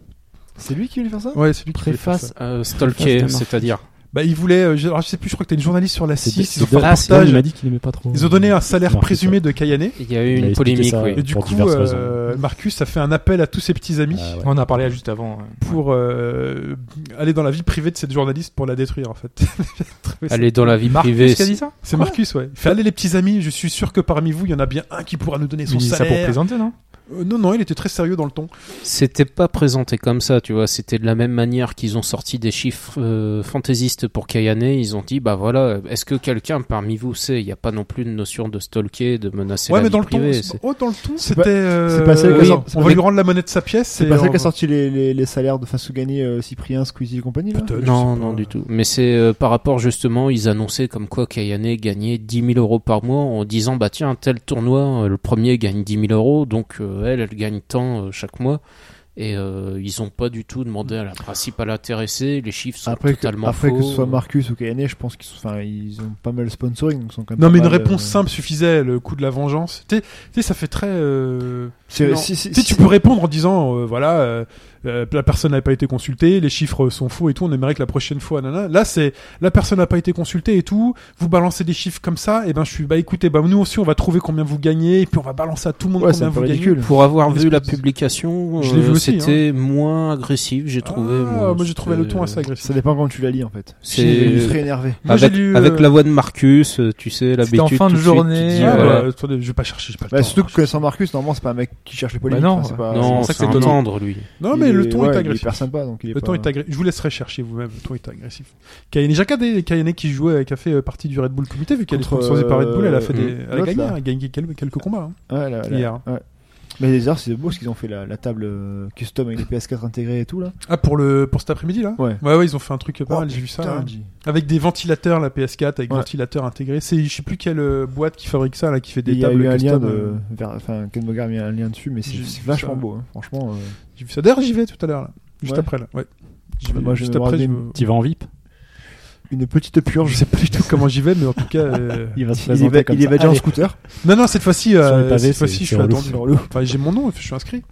Speaker 5: C'est lui qui voulait faire ça
Speaker 1: Ouais, c'est lui qui voulait faire ça.
Speaker 3: préface.
Speaker 4: Euh, stalker,
Speaker 3: Face de
Speaker 4: c'est-à-dire.
Speaker 1: Bah, il voulait. euh, je alors, je sais plus, je crois que t'as une journaliste sur la
Speaker 3: C'est
Speaker 1: 6. Ils ont
Speaker 3: c'est
Speaker 1: fait un
Speaker 3: Dan- Dan, il m'a
Speaker 1: reportage.
Speaker 3: dit qu'il aimait pas trop.
Speaker 1: Ils ont donné un salaire
Speaker 3: Marcus,
Speaker 1: présumé de Kayané.
Speaker 4: Il y a
Speaker 3: Il
Speaker 4: eu
Speaker 3: a
Speaker 4: une
Speaker 3: expliqué
Speaker 4: polémique,
Speaker 3: ça,
Speaker 4: oui.
Speaker 1: Et du
Speaker 3: Pour
Speaker 1: coup,
Speaker 3: diverses
Speaker 1: euh, Marcus a fait un appel à tous ses petits amis.
Speaker 3: Ah ouais.
Speaker 2: On en a parlé juste avant. euh.
Speaker 1: pour euh, aller dans la vie privée de cette journaliste pour la détruire en fait. J'ai trouvé ça.
Speaker 4: Aller dans la vie
Speaker 2: Marcus
Speaker 4: privée.
Speaker 2: qui a dit ça
Speaker 1: C'est Marcus, ouais. Il Fait aller les petits amis, je suis sûr que parmi vous, il y en a bien un qui pourra nous donner son
Speaker 2: Il dit ça pour
Speaker 1: salaire.
Speaker 2: plaisanter, non
Speaker 1: Euh, non, non, il était très sérieux dans le ton.
Speaker 4: C'était pas présenté comme ça, tu vois. C'était de la même manière qu'ils ont sorti des chiffres euh, fantaisistes pour Kayane. Ils ont dit, bah voilà, est-ce que quelqu'un parmi vous sait Il n'y a pas non plus de notion de stalker, de menacer
Speaker 1: ouais,
Speaker 4: la
Speaker 1: mais
Speaker 4: vie
Speaker 1: dans le ton,
Speaker 4: privée.
Speaker 1: c'est-
Speaker 4: c'est-
Speaker 1: oh, dans le ton,
Speaker 5: pas-
Speaker 1: c'était. euh,
Speaker 5: c'est pas celle
Speaker 4: qui a
Speaker 1: oui,
Speaker 5: sorti-
Speaker 1: on va lui rendre la monnaie de sa pièce.
Speaker 5: C'est
Speaker 1: et
Speaker 5: pas ça
Speaker 1: on-
Speaker 5: qui a sorti les, les, les salaires de Fasugani, euh, Cyprien, Squeezie et compagnie là
Speaker 1: Peut-être, je
Speaker 4: Non,
Speaker 1: sais pas.
Speaker 4: non, du tout. Mais c'est euh, par rapport justement, ils annonçaient comme quoi Kayane gagnait 10 000 euros par mois en disant, bah tiens, tel tournoi, euh, le premier gagne 10 000 euros, donc euh, elle, elle gagne tant euh, chaque mois. Et euh, ils ont pas du tout demandé à la principale intéressée. Les chiffres sont
Speaker 5: Après, que,
Speaker 4: totalement
Speaker 5: après
Speaker 4: faux.
Speaker 5: que ce soit Marcus ou Kayané, je pense qu'ils sont- enfin, ils ont pas mal de sponsoring. Donc ils sont quand même
Speaker 1: Non,
Speaker 5: pas
Speaker 1: mais une
Speaker 5: mal,
Speaker 1: réponse
Speaker 5: euh,
Speaker 1: simple suffisait, le coup de la vengeance. Tu sais- tu sais, ça fait très. euh,
Speaker 5: c'est-
Speaker 1: Non.
Speaker 5: si- si-
Speaker 1: Tu sais,
Speaker 5: si-
Speaker 1: tu peux répondre en disant, euh, voilà, euh, euh, la personne n'a pas été consultée, les chiffres sont faux et tout, on aimerait que la prochaine fois, nanana. Là, c'est, la personne n'a pas été consultée et tout, vous balancez des chiffres comme ça, et ben, je suis, bah, écoutez, bah, nous aussi, on va trouver combien vous gagnez, et puis on va balancer à tout le monde
Speaker 5: Ouais, c'est
Speaker 1: combien
Speaker 5: un peu
Speaker 1: vous gagnez.
Speaker 5: ridicule.
Speaker 4: Pour avoir
Speaker 1: Une
Speaker 4: vu la
Speaker 1: espèce de-
Speaker 4: publication,
Speaker 1: Je l'ai vu
Speaker 4: euh,
Speaker 1: aussi, hein.
Speaker 4: c'était moins agressif, j'ai trouvé. euh,
Speaker 1: Ah, moi, j'ai trouvé le ton assez agressif.
Speaker 5: Ça dépend quand tu la lis en fait.
Speaker 4: C'est-
Speaker 5: Il serait énervé.
Speaker 1: Moi,
Speaker 4: Avec,
Speaker 1: j'ai lu,
Speaker 4: avec
Speaker 1: euh,
Speaker 4: la voix de Marcus, euh, tu sais, l'habitude.
Speaker 2: en fin
Speaker 4: tout
Speaker 2: de
Speaker 4: suite, tu
Speaker 2: journée,
Speaker 4: dis,
Speaker 1: Ah,
Speaker 2: euh,
Speaker 4: voilà.
Speaker 1: bah, attendez, je vais pas chercher, j'ai pas le
Speaker 5: Bah,
Speaker 1: temps.
Speaker 5: surtout que connaissant Marcus, normalement c'est pas un mec qui cherche les polémiques.
Speaker 2: Bah non,
Speaker 5: enfin, c'est pas-
Speaker 4: Non,
Speaker 2: c'est
Speaker 4: c'est
Speaker 2: pour ça que
Speaker 4: un
Speaker 2: c'est étonnant.
Speaker 4: tendre, lui.
Speaker 1: Non,
Speaker 5: il
Speaker 1: Ah, mais le
Speaker 5: est-
Speaker 1: ton
Speaker 5: ouais,
Speaker 1: est
Speaker 5: Il est
Speaker 1: agressif.
Speaker 5: hyper sympa donc il est
Speaker 1: Le
Speaker 5: pas-
Speaker 1: ton est agressif. Je vous laisserai chercher vous-même. Le ton est agressif. Kayane, j'ai regardé Kayane qui jouait, qui a fait euh, partie du Red Bull Comité, vu qu'elle est
Speaker 5: Contre,
Speaker 1: sponsorisée par Red Bull, elle a fait
Speaker 4: euh,
Speaker 1: des, elle a
Speaker 5: l'autre,
Speaker 1: gagné,
Speaker 5: là.
Speaker 1: elle a gagné quelques, quelques combats. hein.
Speaker 5: Ouais, là, là,
Speaker 1: Hier.
Speaker 5: ouais. Mais d'ailleurs, c'est beau ce qu'ils ont fait, la, la table euh, custom avec les PS4 intégrés et tout, là.
Speaker 1: Ah, pour, le, pour cet après-midi, là
Speaker 5: Ouais. Oh,
Speaker 1: ouais, ils ont fait un truc pas mal, j'ai vu ça.
Speaker 5: Putain,
Speaker 1: ouais.
Speaker 5: G.
Speaker 1: Avec des ventilateurs, la PS4, avec
Speaker 5: Ouais.
Speaker 1: ventilateurs intégrés. C'est, je sais plus quelle euh, boîte qui fabrique ça, là, qui fait
Speaker 5: Et
Speaker 1: des
Speaker 5: Il y a
Speaker 1: tables
Speaker 5: eu un lien
Speaker 1: custom,
Speaker 5: de.
Speaker 1: euh,
Speaker 5: vers- Enfin, Ken Bogard a mis un lien dessus, mais c'est
Speaker 1: J'ai
Speaker 5: c'est
Speaker 1: vu
Speaker 5: vachement
Speaker 1: ça.
Speaker 5: beau, hein. franchement. euh,
Speaker 1: J'ai vu ça. D'ailleurs, j'y vais tout à l'heure, là. Juste
Speaker 5: Ouais. Ah,
Speaker 1: après, là. Ouais. J'y vais
Speaker 5: Moi, je vais
Speaker 1: juste
Speaker 5: me
Speaker 1: après,
Speaker 5: brader
Speaker 1: je
Speaker 5: une
Speaker 1: me-
Speaker 3: Tu vas en VIP
Speaker 5: Une petite purge.
Speaker 1: Je sais pas du tout comment j'y vais, mais en tout cas. euh,
Speaker 3: Il va
Speaker 5: Il
Speaker 3: se
Speaker 5: y
Speaker 3: présenter
Speaker 5: va,
Speaker 3: comme
Speaker 5: il y
Speaker 3: ça.
Speaker 5: va déjà en
Speaker 3: Allez.
Speaker 5: scooter.
Speaker 1: Non, non, cette fois-ci, euh,
Speaker 3: Sur le pavé,
Speaker 1: cette
Speaker 3: c'est-
Speaker 1: fois-ci, je
Speaker 3: c'est
Speaker 1: suis
Speaker 3: relou.
Speaker 1: attendu.
Speaker 5: Dans le-
Speaker 1: Enfin, j'ai mon nom, je suis inscrit.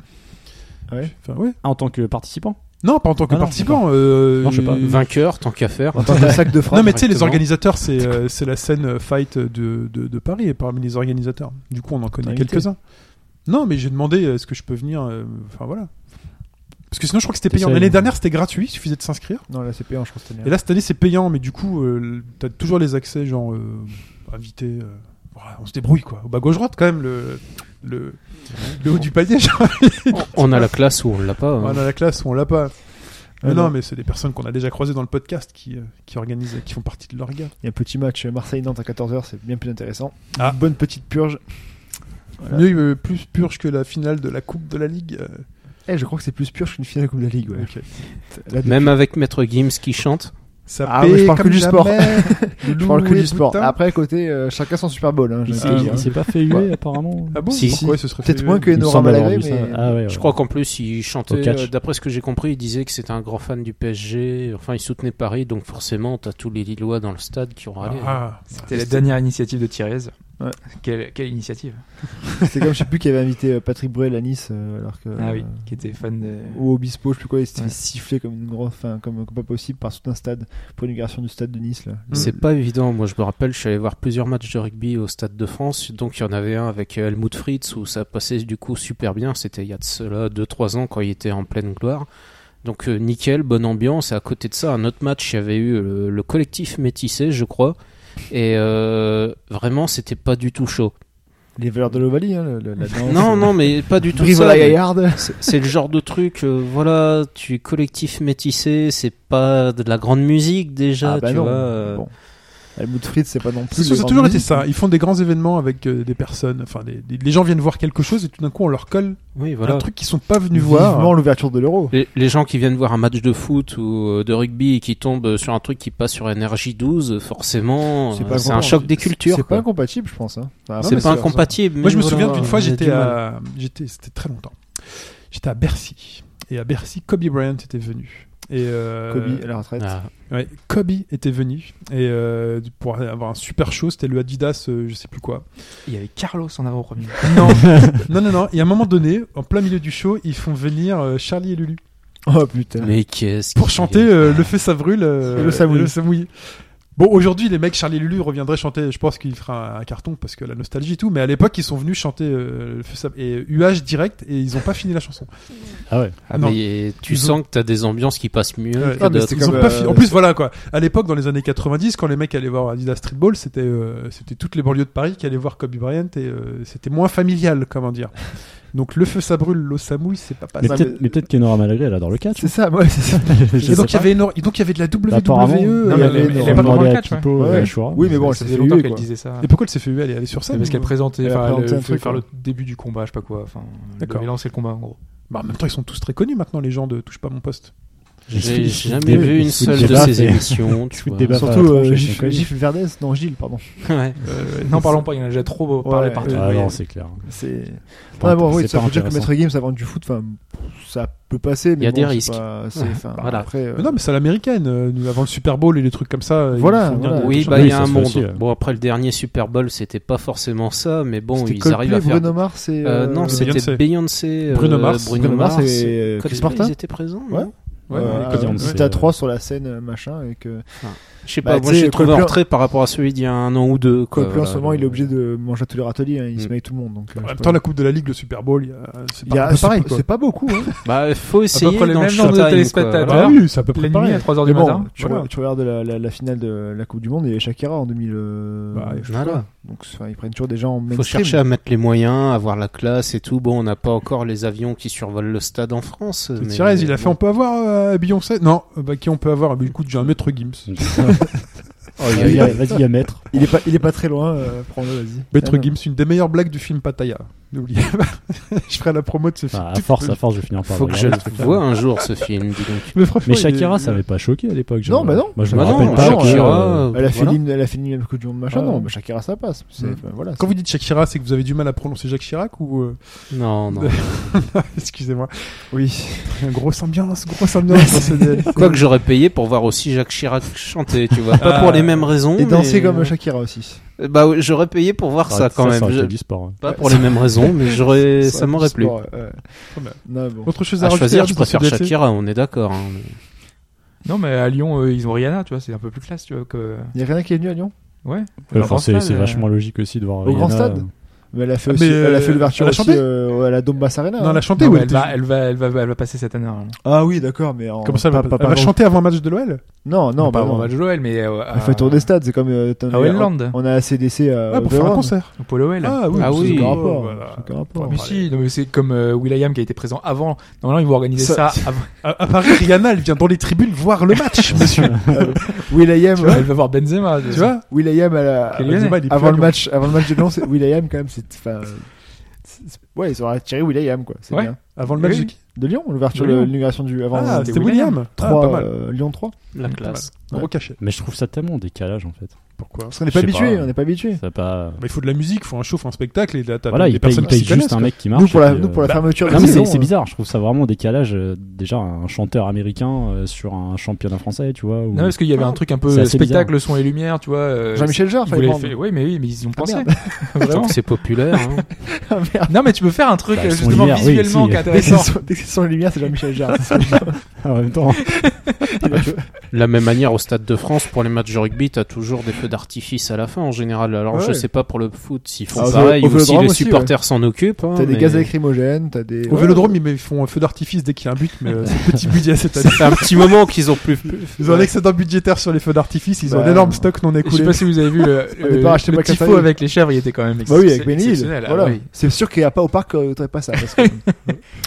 Speaker 5: Ouais.
Speaker 1: Enfin, ouais.
Speaker 3: Ah, en tant que participant
Speaker 1: Non, pas en tant que
Speaker 3: Ah non,
Speaker 1: participant. euh,
Speaker 3: Non, je sais pas.
Speaker 1: euh,
Speaker 4: Vainqueur, tant qu'à faire.
Speaker 5: Dans un sac de frappe.
Speaker 1: Non, mais tu sais, les
Speaker 4: directement.
Speaker 1: organisateurs, c'est euh, c'est la scène euh, fight de, de, de Paris, et parmi les organisateurs. Du coup, on en connaît
Speaker 5: invité.
Speaker 1: quelques-uns. Non, mais j'ai demandé euh, est-ce que je peux venir. euh, Enfin, voilà. Parce que sinon, je crois que c'était
Speaker 3: T'es
Speaker 1: payant.
Speaker 3: seul.
Speaker 1: L'année dernière, c'était gratuit, il suffisait de s'inscrire.
Speaker 5: Non, là, c'est payant, je crois. cette année.
Speaker 1: Et là, cette année, c'est payant, mais du coup, euh, t'as toujours les accès, genre, euh, invité. euh, ouais, on se débrouille, quoi. Au bas gauche-droite, quand même, le, le, le haut du palier, genre.
Speaker 4: On a la classe ou on l'a pas. hein.
Speaker 1: On a la classe ou on l'a pas. Mais
Speaker 5: Ah
Speaker 1: non,
Speaker 5: non.
Speaker 1: mais c'est des personnes qu'on a déjà croisées dans le podcast qui, euh, qui organisent, qui font partie de leur gars.
Speaker 5: Il y a un petit match Marseille-Nantes à 14h, c'est bien plus intéressant.
Speaker 1: Ah.
Speaker 5: Une bonne petite purge. Voilà.
Speaker 1: Mieux, euh, plus purge que la finale de la Coupe de la Ligue. euh.
Speaker 5: Eh, je crois que c'est plus purge qu'une finale de Coupe de la Ligue. Ouais.
Speaker 1: Ok.
Speaker 5: Là, depuis-
Speaker 4: Même avec Maître Gims qui chante.
Speaker 1: Ça
Speaker 5: Ah,
Speaker 1: paie
Speaker 5: moi, je parle que
Speaker 1: comme
Speaker 5: du sport.
Speaker 1: jamais.
Speaker 5: je parle que
Speaker 1: Loué,
Speaker 5: du sport.
Speaker 1: putain.
Speaker 5: Après, côté, euh, chacun son Super Bowl. Hein, j'ai
Speaker 3: Il s'est-
Speaker 5: envie de
Speaker 3: il
Speaker 5: dire.
Speaker 3: s'est pas fait
Speaker 5: Ouais.
Speaker 3: huer, apparemment
Speaker 1: Ah bon
Speaker 5: Si, si.
Speaker 1: Pourquoi il se serait
Speaker 5: Peut-être
Speaker 1: fait-
Speaker 5: moins que
Speaker 3: Il me
Speaker 5: Enora
Speaker 3: semble avoir
Speaker 5: Malagré,
Speaker 3: vu ça.
Speaker 5: mais.
Speaker 3: Ah ouais, ouais.
Speaker 4: Je crois qu'en plus, il chantait,
Speaker 3: catch.
Speaker 4: euh, d'après ce que j'ai compris, il disait que c'était un grand fan du PSG. Enfin, il soutenait Paris, donc forcément, t'as tous les Lillois dans le stade qui ont râlé.
Speaker 1: Ah,
Speaker 2: C'était la dernière initiative de Thierry's.
Speaker 5: Ouais.
Speaker 2: Quelle, quelle initiative
Speaker 5: C'est comme, je sais plus, qui avait invité euh, Patrick Bruel à Nice, euh, alors que.
Speaker 2: Ah oui,
Speaker 5: euh,
Speaker 2: qui était fan de.
Speaker 5: Ou Obispo, je sais plus quoi, il s'était
Speaker 2: Ouais.
Speaker 5: sifflé comme une grosse, enfin, comme, comme pas possible par tout un stade pour l'inauguration du stade de Nice. Là.
Speaker 4: C'est pas évident. Moi, je me rappelle, je suis allé voir plusieurs matchs de rugby au Stade de France. Donc, il y en avait un avec euh, Helmut Fritz où ça passait du coup super bien. C'était il y a de cela 2-3 ans quand il était en pleine gloire. Donc, euh, nickel, bonne ambiance. Et à côté de ça, un autre match, il y avait eu le, le collectif métissé, je crois. Et euh, vraiment, c'était pas du tout chaud.
Speaker 5: Les valeurs de l'Ovalie, hein, le- le- la danse.
Speaker 4: Non, non, mais pas du tout
Speaker 5: Brive
Speaker 4: ça.
Speaker 5: la
Speaker 4: mais-
Speaker 5: gaillarde.
Speaker 4: C'est- C'est le genre de truc, euh, voilà, tu es collectif métissé, c'est pas de la grande musique déjà,
Speaker 5: ah bah
Speaker 4: tu
Speaker 5: non.
Speaker 4: vois. euh,
Speaker 5: Bon. Helmut Fritz, c'est pas non
Speaker 1: Ça,
Speaker 5: plus. le
Speaker 1: ça a
Speaker 5: grand
Speaker 1: toujours été
Speaker 5: ministre.
Speaker 1: ça. Ils font des grands événements avec euh, des personnes. Enfin, des- des- les gens viennent voir quelque chose et tout d'un coup, on leur colle
Speaker 4: Oui, voilà.
Speaker 1: un truc qu'ils sont pas venus
Speaker 5: Vivement
Speaker 1: voir.
Speaker 5: l'ouverture de l'Euro.
Speaker 4: Les, les gens qui viennent voir un match de foot ou euh, de rugby et qui tombent euh, sur un truc qui passe sur NRJ12, forcément,
Speaker 5: C'est
Speaker 4: euh,
Speaker 5: pas
Speaker 4: c'est un
Speaker 5: grand-
Speaker 4: choc des
Speaker 5: C'est
Speaker 4: cultures.
Speaker 5: pas
Speaker 4: quoi.
Speaker 5: incompatible, je pense. Hein. Enfin,
Speaker 4: C'est
Speaker 5: après,
Speaker 4: pas incompatible.
Speaker 1: Moi,
Speaker 4: mais
Speaker 1: je me
Speaker 4: voilà,
Speaker 1: souviens d'une fois,
Speaker 4: on a
Speaker 1: j'étais
Speaker 4: du mal.
Speaker 1: à, j'étais, c'était très longtemps. J'étais à Bercy. Et à Bercy, Kobe Bryant était venu. Et euh,
Speaker 5: Kobe à la retraite.
Speaker 4: Ah,
Speaker 1: Ouais, Kobe était venu et euh, pour avoir un super show, c'était le Adidas, euh, je sais plus quoi.
Speaker 2: Il y avait Carlos en avant-premier.
Speaker 1: Non, non, non, non. Et à un moment donné, en plein milieu du show, ils font venir euh, Charlie et Lulu
Speaker 5: Oh putain.
Speaker 4: Mais qu'est-ce
Speaker 1: pour
Speaker 4: qu'il-
Speaker 1: chanter euh, Le Feu ça brûle, euh,
Speaker 5: Et le Samouille.
Speaker 1: et Samouille. Bon, aujourd'hui, les mecs Charlie et Lulu reviendraient chanter. Je pense qu'il fera un, un carton parce que la nostalgie et tout. Mais à l'époque, ils sont venus chanter euh, Le Feu ça et UH direct et ils ont pas fini la chanson.
Speaker 3: Ah ouais.
Speaker 4: Ah,
Speaker 1: Non.
Speaker 4: mais tu
Speaker 1: Ils
Speaker 4: sens que t'as des ambiances qui passent mieux.
Speaker 1: Ouais.
Speaker 4: que
Speaker 5: Ah, mais
Speaker 4: d'autres.
Speaker 5: c'était
Speaker 1: Ils ont
Speaker 5: comme,
Speaker 1: pas
Speaker 5: euh,
Speaker 1: fi- En plus, voilà quoi. À l'époque, dans les années 90, quand les mecs allaient voir Adidas Streetball, c'était euh, c'était toutes les banlieues de Paris qui allaient voir Kobe Bryant et euh, c'était moins familial, comment dire. Donc le feu ça brûle, l'eau ça mouille, c'est pas passé.
Speaker 3: Mais
Speaker 5: ça,
Speaker 3: peut-être
Speaker 5: mais-
Speaker 3: mais peut-être qu'Enora Malagré, elle adore le catch.
Speaker 5: C'est ça, ouais, c'est ça.
Speaker 3: Je
Speaker 1: Et
Speaker 3: sais
Speaker 1: donc il y
Speaker 3: pas.
Speaker 1: avait énorme- et donc il y avait de la WWE.
Speaker 3: Bah, apparemment,
Speaker 5: Non,
Speaker 1: euh,
Speaker 5: mais
Speaker 1: elle-
Speaker 5: elle-
Speaker 1: elle-
Speaker 5: elle
Speaker 1: elle-
Speaker 5: est pas
Speaker 3: demandé
Speaker 2: dans le
Speaker 3: à
Speaker 2: catch,
Speaker 3: Pipo,
Speaker 5: ouais.
Speaker 3: à
Speaker 5: Ouais.
Speaker 3: Shura.
Speaker 5: Oui, mais bon, elle
Speaker 2: ça
Speaker 5: s'est
Speaker 2: fait
Speaker 5: fait
Speaker 2: longtemps
Speaker 5: huer,
Speaker 2: qu'elle
Speaker 5: quoi.
Speaker 2: disait ça.
Speaker 1: Et pourquoi elle s'est fait huer Elle est allée sur scène.
Speaker 2: Parce qu'elle
Speaker 1: ou-
Speaker 2: présentait,
Speaker 5: Elle a
Speaker 2: enfin,
Speaker 5: présenté
Speaker 2: elle
Speaker 5: un
Speaker 2: fait
Speaker 5: truc,
Speaker 2: faire
Speaker 5: ouais.
Speaker 2: le début du combat, je sais pas quoi. Enfin,
Speaker 1: D'accord.
Speaker 2: elle lancer le combat en gros.
Speaker 1: Bah, en même temps, ils sont tous très connus maintenant, les gens de Touche pas mon poste.
Speaker 4: J'ai
Speaker 3: Ils se foutent
Speaker 4: jamais
Speaker 3: des-
Speaker 4: vu
Speaker 3: ils
Speaker 4: une
Speaker 3: se foutent
Speaker 4: seule
Speaker 3: des
Speaker 4: de
Speaker 3: baffes
Speaker 4: ces
Speaker 3: et-
Speaker 4: émissions. tu
Speaker 3: foutent
Speaker 4: vois.
Speaker 3: des baffes.
Speaker 5: Surtout
Speaker 3: Bah,
Speaker 5: euh,
Speaker 3: franchement,
Speaker 5: Gif
Speaker 3: c'est
Speaker 5: Gif Verdez, non Gilles, pardon.
Speaker 4: Ouais.
Speaker 2: N'en Euh, parlons pas, il y en a déjà trop parlé
Speaker 5: Ouais.
Speaker 2: partout. Euh,
Speaker 3: Ah
Speaker 5: Ouais.
Speaker 3: non, c'est clair.
Speaker 5: C'est.
Speaker 3: Pas
Speaker 5: Ah bon,
Speaker 3: int-
Speaker 5: oui,
Speaker 3: c'est
Speaker 5: ça
Speaker 3: pas
Speaker 5: veut dire que
Speaker 3: intéressant.
Speaker 5: Maître Games avant du foot, enfin, ça peut passer, mais
Speaker 4: Il y a
Speaker 5: bon,
Speaker 4: des
Speaker 5: c'est
Speaker 4: risques.
Speaker 5: pas- c'est- enfin,
Speaker 4: Voilà.
Speaker 5: Après, euh,
Speaker 1: Mais non, mais c'est à l'américaine. euh, nous, Avant le Super Bowl et les trucs comme ça. ils
Speaker 5: Voilà,
Speaker 1: font venir
Speaker 5: voilà.
Speaker 1: des-
Speaker 4: Oui,
Speaker 1: des gens.
Speaker 4: bah il
Speaker 3: Oui,
Speaker 4: y a
Speaker 3: ça
Speaker 4: un
Speaker 3: se fait
Speaker 4: monde.
Speaker 3: aussi, ouais.
Speaker 4: Bon après le dernier Super Bowl, c'était pas forcément ça, mais bon,
Speaker 5: c'était
Speaker 4: ils
Speaker 5: Coldplay,
Speaker 4: arrivent à faire.
Speaker 5: Bruno Mars et.
Speaker 4: Euh, non,
Speaker 5: euh,
Speaker 1: Beyoncé.
Speaker 4: c'était Beyoncé, euh,
Speaker 1: Bruno Mars.
Speaker 5: Bruno Mars et euh,
Speaker 4: Coldplay,
Speaker 5: Chris Martin.
Speaker 4: Ils étaient présents.
Speaker 5: Ouais.
Speaker 4: non
Speaker 1: Ouais,
Speaker 5: Euh,
Speaker 1: ouais,
Speaker 5: euh,
Speaker 1: les Coldplay,
Speaker 5: on
Speaker 1: ouais.
Speaker 5: était à 3 sur la scène, euh, machin, et que
Speaker 4: Je sais
Speaker 5: Bah,
Speaker 4: pas.
Speaker 5: tu
Speaker 4: Moi,
Speaker 5: sais,
Speaker 4: j'ai trouvé en
Speaker 5: Coldplay-
Speaker 4: retrait par rapport à celui d'il y a un an ou deux. quoi,
Speaker 5: Coldplay en
Speaker 4: voilà.
Speaker 5: ce moment, il est obligé de manger à tous les râteliers, hein, il se
Speaker 4: Mm.
Speaker 5: met avec tout le monde. Donc, euh,
Speaker 1: En
Speaker 5: je
Speaker 1: même
Speaker 5: peux-
Speaker 1: temps, la Coupe de la Ligue, le Super Bowl, il y a- c'est
Speaker 5: Il y
Speaker 1: pas-
Speaker 5: a-
Speaker 1: un peu
Speaker 5: c'est
Speaker 1: pareil,
Speaker 5: pas-
Speaker 1: quoi.
Speaker 5: c'est pas beaucoup, hein.
Speaker 4: Bah, faut essayer
Speaker 2: près le
Speaker 4: dans
Speaker 2: même nombre de
Speaker 4: showtime, quoi.
Speaker 2: téléspectateurs.
Speaker 4: Voilà.
Speaker 1: Ah oui, c'est à peu
Speaker 2: La
Speaker 1: près
Speaker 2: nuit
Speaker 1: pareil.
Speaker 2: à 3h du
Speaker 5: Mais bon,
Speaker 2: matin.
Speaker 5: tu,
Speaker 1: voilà.
Speaker 5: vois- tu regardes la, la- la finale de la Coupe du Monde et Shakira en 2000. euh,
Speaker 1: Bah,
Speaker 5: je sais
Speaker 4: voilà.
Speaker 5: pas. Donc, enfin, ils prennent toujours des gens en
Speaker 4: Faut
Speaker 5: mainstream.
Speaker 4: chercher à mettre les moyens, avoir la classe et tout. Bon, on n'a pas encore les avions qui survolent le stade en France.
Speaker 1: C'est
Speaker 4: mais-
Speaker 1: Thérèse, il a fait
Speaker 4: bon.
Speaker 1: on peut avoir euh, Beyoncé Non, euh, bah, qui on peut avoir Bah, Écoute, j'ai un maître Gims.
Speaker 5: Oh,
Speaker 3: Ah, il y a- Vas-y, à mettre.
Speaker 5: Il est pas, il est pas très loin. euh, Prends-le, vas-y.
Speaker 1: Maître
Speaker 5: Ah, non.
Speaker 1: Gims, une des meilleures blagues du film Pattaya. N'oubliez pas. je ferai la promo de ce film.
Speaker 3: Enfin, Ah, à force, à force, je vais finir par.
Speaker 4: Faut que je
Speaker 3: regarder
Speaker 4: le
Speaker 3: ce truc-là.
Speaker 4: vois un jour ce film, dis donc.
Speaker 1: Mais, franchement,
Speaker 3: Mais
Speaker 1: il est-
Speaker 3: Shakira, ça m'avait pas choqué à l'époque.
Speaker 5: euh, Non,
Speaker 3: genre.
Speaker 5: bah non.
Speaker 3: Moi, je
Speaker 4: Bah
Speaker 3: me
Speaker 4: non,
Speaker 3: rappelle pas. euh,
Speaker 5: Shakira,
Speaker 3: que-
Speaker 5: Elle a fait
Speaker 4: Voilà.
Speaker 5: l'hymne- elle a fait l'hymne que du monde machin.
Speaker 1: Ouais.
Speaker 5: Non, mais Shakira, ça passe. C'est-
Speaker 1: Mm.
Speaker 5: enfin, voilà,
Speaker 1: Quand vous dites Shakira, c'est que vous avez du mal à prononcer Jacques Chirac ou euh,
Speaker 4: Non, non.
Speaker 1: excusez-moi,
Speaker 5: oui.
Speaker 1: grosse ambiance, grosse ambiance dans ce DLC.
Speaker 4: Quoique j'aurais payé pour voir aussi Jacques Chirac chanter, tu vois. Pas pour les mêmes raisons.
Speaker 5: Ah. Et danser
Speaker 4: mais-
Speaker 5: comme Shakira aussi.
Speaker 4: Euh, Bah oui, j'aurais payé pour voir ça quand
Speaker 3: Ça
Speaker 4: même.
Speaker 3: aurait
Speaker 4: Je-
Speaker 3: été du sport. hein.
Speaker 4: Pas pour les mêmes raisons, mais j'aurais,
Speaker 5: Ouais,
Speaker 4: ça m'aurait
Speaker 5: du
Speaker 4: plu.
Speaker 5: sport, ouais.
Speaker 1: Pas mal.
Speaker 5: Non, bon.
Speaker 1: Autre chose à,
Speaker 4: À
Speaker 1: rajouter, hein,
Speaker 4: choisir,
Speaker 1: Herb,
Speaker 4: je
Speaker 1: dans ce
Speaker 4: préfère
Speaker 1: DLC?
Speaker 4: Shakira, on est d'accord. hein, mais-
Speaker 2: Non, mais à Lyon, euh, ils ont Rihanna, tu vois, c'est un peu plus classe, tu vois, que.
Speaker 5: Il y a rien qui est venu à Lyon.
Speaker 2: Ouais.
Speaker 3: Euh,
Speaker 2: Dans
Speaker 3: enfin,
Speaker 2: le
Speaker 3: c'est
Speaker 2: stade,
Speaker 3: c'est
Speaker 2: euh,
Speaker 3: vachement logique aussi de voir.
Speaker 5: Au grand
Speaker 3: Rihanna,
Speaker 5: stade
Speaker 3: euh,
Speaker 5: Mais elle a fait
Speaker 1: Ah,
Speaker 5: aussi,
Speaker 1: mais, euh,
Speaker 5: elle a fait l'ouverture
Speaker 1: elle a
Speaker 5: aussi
Speaker 1: chanté
Speaker 5: euh, à la Dombas Arena.
Speaker 1: Non, elle a
Speaker 5: hein.
Speaker 1: chanté
Speaker 2: Non,
Speaker 1: ou
Speaker 2: mais
Speaker 1: elle
Speaker 2: elle,
Speaker 1: était-
Speaker 2: va, elle, va, elle, va, elle va passer cette année. normalement.
Speaker 5: Ah oui, d'accord, mais en-
Speaker 1: Comment ça, elle
Speaker 5: pas,
Speaker 1: va-
Speaker 5: pas-
Speaker 1: elle va
Speaker 5: pas-
Speaker 1: chanter Ah, avant un match de l'OL
Speaker 5: Non, non, bah,
Speaker 2: pas avant
Speaker 5: non.
Speaker 2: le match de l'OL, mais. euh,
Speaker 5: Elle fait tour des stades, c'est comme euh, t'en-
Speaker 2: À Welland.
Speaker 5: On a ACDC à
Speaker 1: Ah, pour faire un
Speaker 5: Welland.
Speaker 1: concert.
Speaker 2: Pour l'OL.
Speaker 1: oui,
Speaker 4: Ah
Speaker 1: c'est
Speaker 4: oui.
Speaker 1: aucun
Speaker 5: euh, Aucun
Speaker 1: rapport,
Speaker 5: rapport, hein.
Speaker 1: voilà.
Speaker 5: aucun rapport.
Speaker 2: Mais si, non, mais c'est comme euh, Will.i.am qui a été présent avant. Normalement, ils vont organiser ça,
Speaker 5: Ça-
Speaker 2: avant.
Speaker 1: À, à Paris, Rihanna, elle vient dans les tribunes voir le match, monsieur.
Speaker 5: hein. Will.i.am,
Speaker 2: Tu vois, elle va voir Benzema.
Speaker 1: tu vois
Speaker 5: Will.i.am à la-
Speaker 2: Quel
Speaker 1: Benzema, il
Speaker 2: Lyonnais.
Speaker 1: est plus
Speaker 5: avant
Speaker 1: là,
Speaker 5: le
Speaker 1: quoi.
Speaker 5: match, avant le match de Lyon, c'est- Will.i.am quand même, c'est enfin, c'est- c'est- ouais, ils ont attiré Will.i.am quoi. C'est
Speaker 2: Ouais.
Speaker 5: bien.
Speaker 1: Avant le match
Speaker 2: Oui.
Speaker 1: de qui
Speaker 5: De Lyon, l'ouverture,
Speaker 2: De Lyon.
Speaker 5: de l'inauguration du avant
Speaker 1: Ah,
Speaker 5: euh,
Speaker 1: c'était
Speaker 2: c'était
Speaker 1: William. Ah,
Speaker 5: 3,
Speaker 1: pas mal.
Speaker 5: euh, Lyon 3.
Speaker 1: Pas
Speaker 4: La
Speaker 1: mal.
Speaker 4: classe.
Speaker 1: Gros cachet.
Speaker 3: Mais je trouve ça tellement en décalage en fait.
Speaker 1: Pourquoi
Speaker 5: Parce qu'on n'est
Speaker 3: Je
Speaker 5: pas
Speaker 3: sais
Speaker 5: habitué,
Speaker 3: pas.
Speaker 5: on n'est pas habitué.
Speaker 3: Ça pas.
Speaker 1: Il faut de la musique, il faut un show, faut un spectacle. Et là, t'as
Speaker 3: Voilà,
Speaker 1: des
Speaker 3: il paye,
Speaker 1: personnes
Speaker 3: il
Speaker 1: qui
Speaker 3: paye
Speaker 1: s'y
Speaker 3: juste
Speaker 1: connaissent.
Speaker 3: un mec qui marche.
Speaker 5: Nous pour la,
Speaker 3: et puis,
Speaker 5: nous pour la
Speaker 3: euh,
Speaker 5: fermeture de
Speaker 3: Non
Speaker 5: la
Speaker 3: mais c'est-
Speaker 5: saison,
Speaker 3: c'est
Speaker 5: euh,
Speaker 3: bizarre, je trouve ça vraiment en décalage. euh, Déjà un chanteur américain euh, sur un championnat français, tu vois. ou-
Speaker 2: Non, parce qu'il y avait un
Speaker 5: Ah.
Speaker 2: truc un peu
Speaker 3: C'est assez
Speaker 2: spectacle, son et lumière, tu vois. euh,
Speaker 5: Jean-Michel Jarre,
Speaker 2: ils
Speaker 5: fallait
Speaker 2: voulaient
Speaker 5: prendre. Ah,
Speaker 2: faire- Oui, mais oui, mais ils y ont pensé.
Speaker 5: merde.
Speaker 4: Tant
Speaker 2: Vraiment.
Speaker 4: que c'est populaire. hein.
Speaker 5: Ah, merde.
Speaker 2: Non, mais tu peux faire un truc
Speaker 3: Bah,
Speaker 2: euh,
Speaker 3: son
Speaker 2: justement
Speaker 3: lumière, oui,
Speaker 2: visuellement
Speaker 3: si.
Speaker 2: qui est
Speaker 5: Dès que c'est
Speaker 2: intéressant.
Speaker 5: son- dès que c'est son lumière, c'est Jean-Michel Jarre.
Speaker 3: en même temps.
Speaker 4: De La même manière, au Stade de France, pour les matchs de rugby, t'as toujours des feux d'artifice à la fin en général. Alors je
Speaker 5: Ouais.
Speaker 4: sais pas pour le foot s'ils font
Speaker 5: Ah, au vélo-
Speaker 4: pareil
Speaker 5: au
Speaker 4: ou si
Speaker 5: vélodrome
Speaker 4: les
Speaker 5: aussi,
Speaker 4: supporters s'en occupent. hein,
Speaker 5: T'as des
Speaker 4: mais-
Speaker 5: gaz lacrymogènes, t'as des.
Speaker 1: Au vélodrome, ils font un feu d'artifice dès qu'il y a un but, mais euh, c'est petit budget cette année.
Speaker 4: Ça fait un petit moment qu'ils ont plus.
Speaker 1: Ils ont un excédent budgétaire sur les feux d'artifice, ils ont
Speaker 5: Bah,
Speaker 1: un énorme stock non
Speaker 2: Je sais
Speaker 1: écoulé.
Speaker 2: pas si vous avez vu le,
Speaker 5: On
Speaker 2: le,
Speaker 5: est pas racheté
Speaker 2: le
Speaker 5: par
Speaker 2: tifo
Speaker 5: Catalogne.
Speaker 2: avec les chèvres, il était quand même
Speaker 5: Bah oui, avec Ben Hill.
Speaker 2: exceptionnel, ah
Speaker 5: Voilà.
Speaker 2: oui.
Speaker 5: C'est sûr qu'il n'y a pas au parc, euh, t'aurais pas ça. parce que-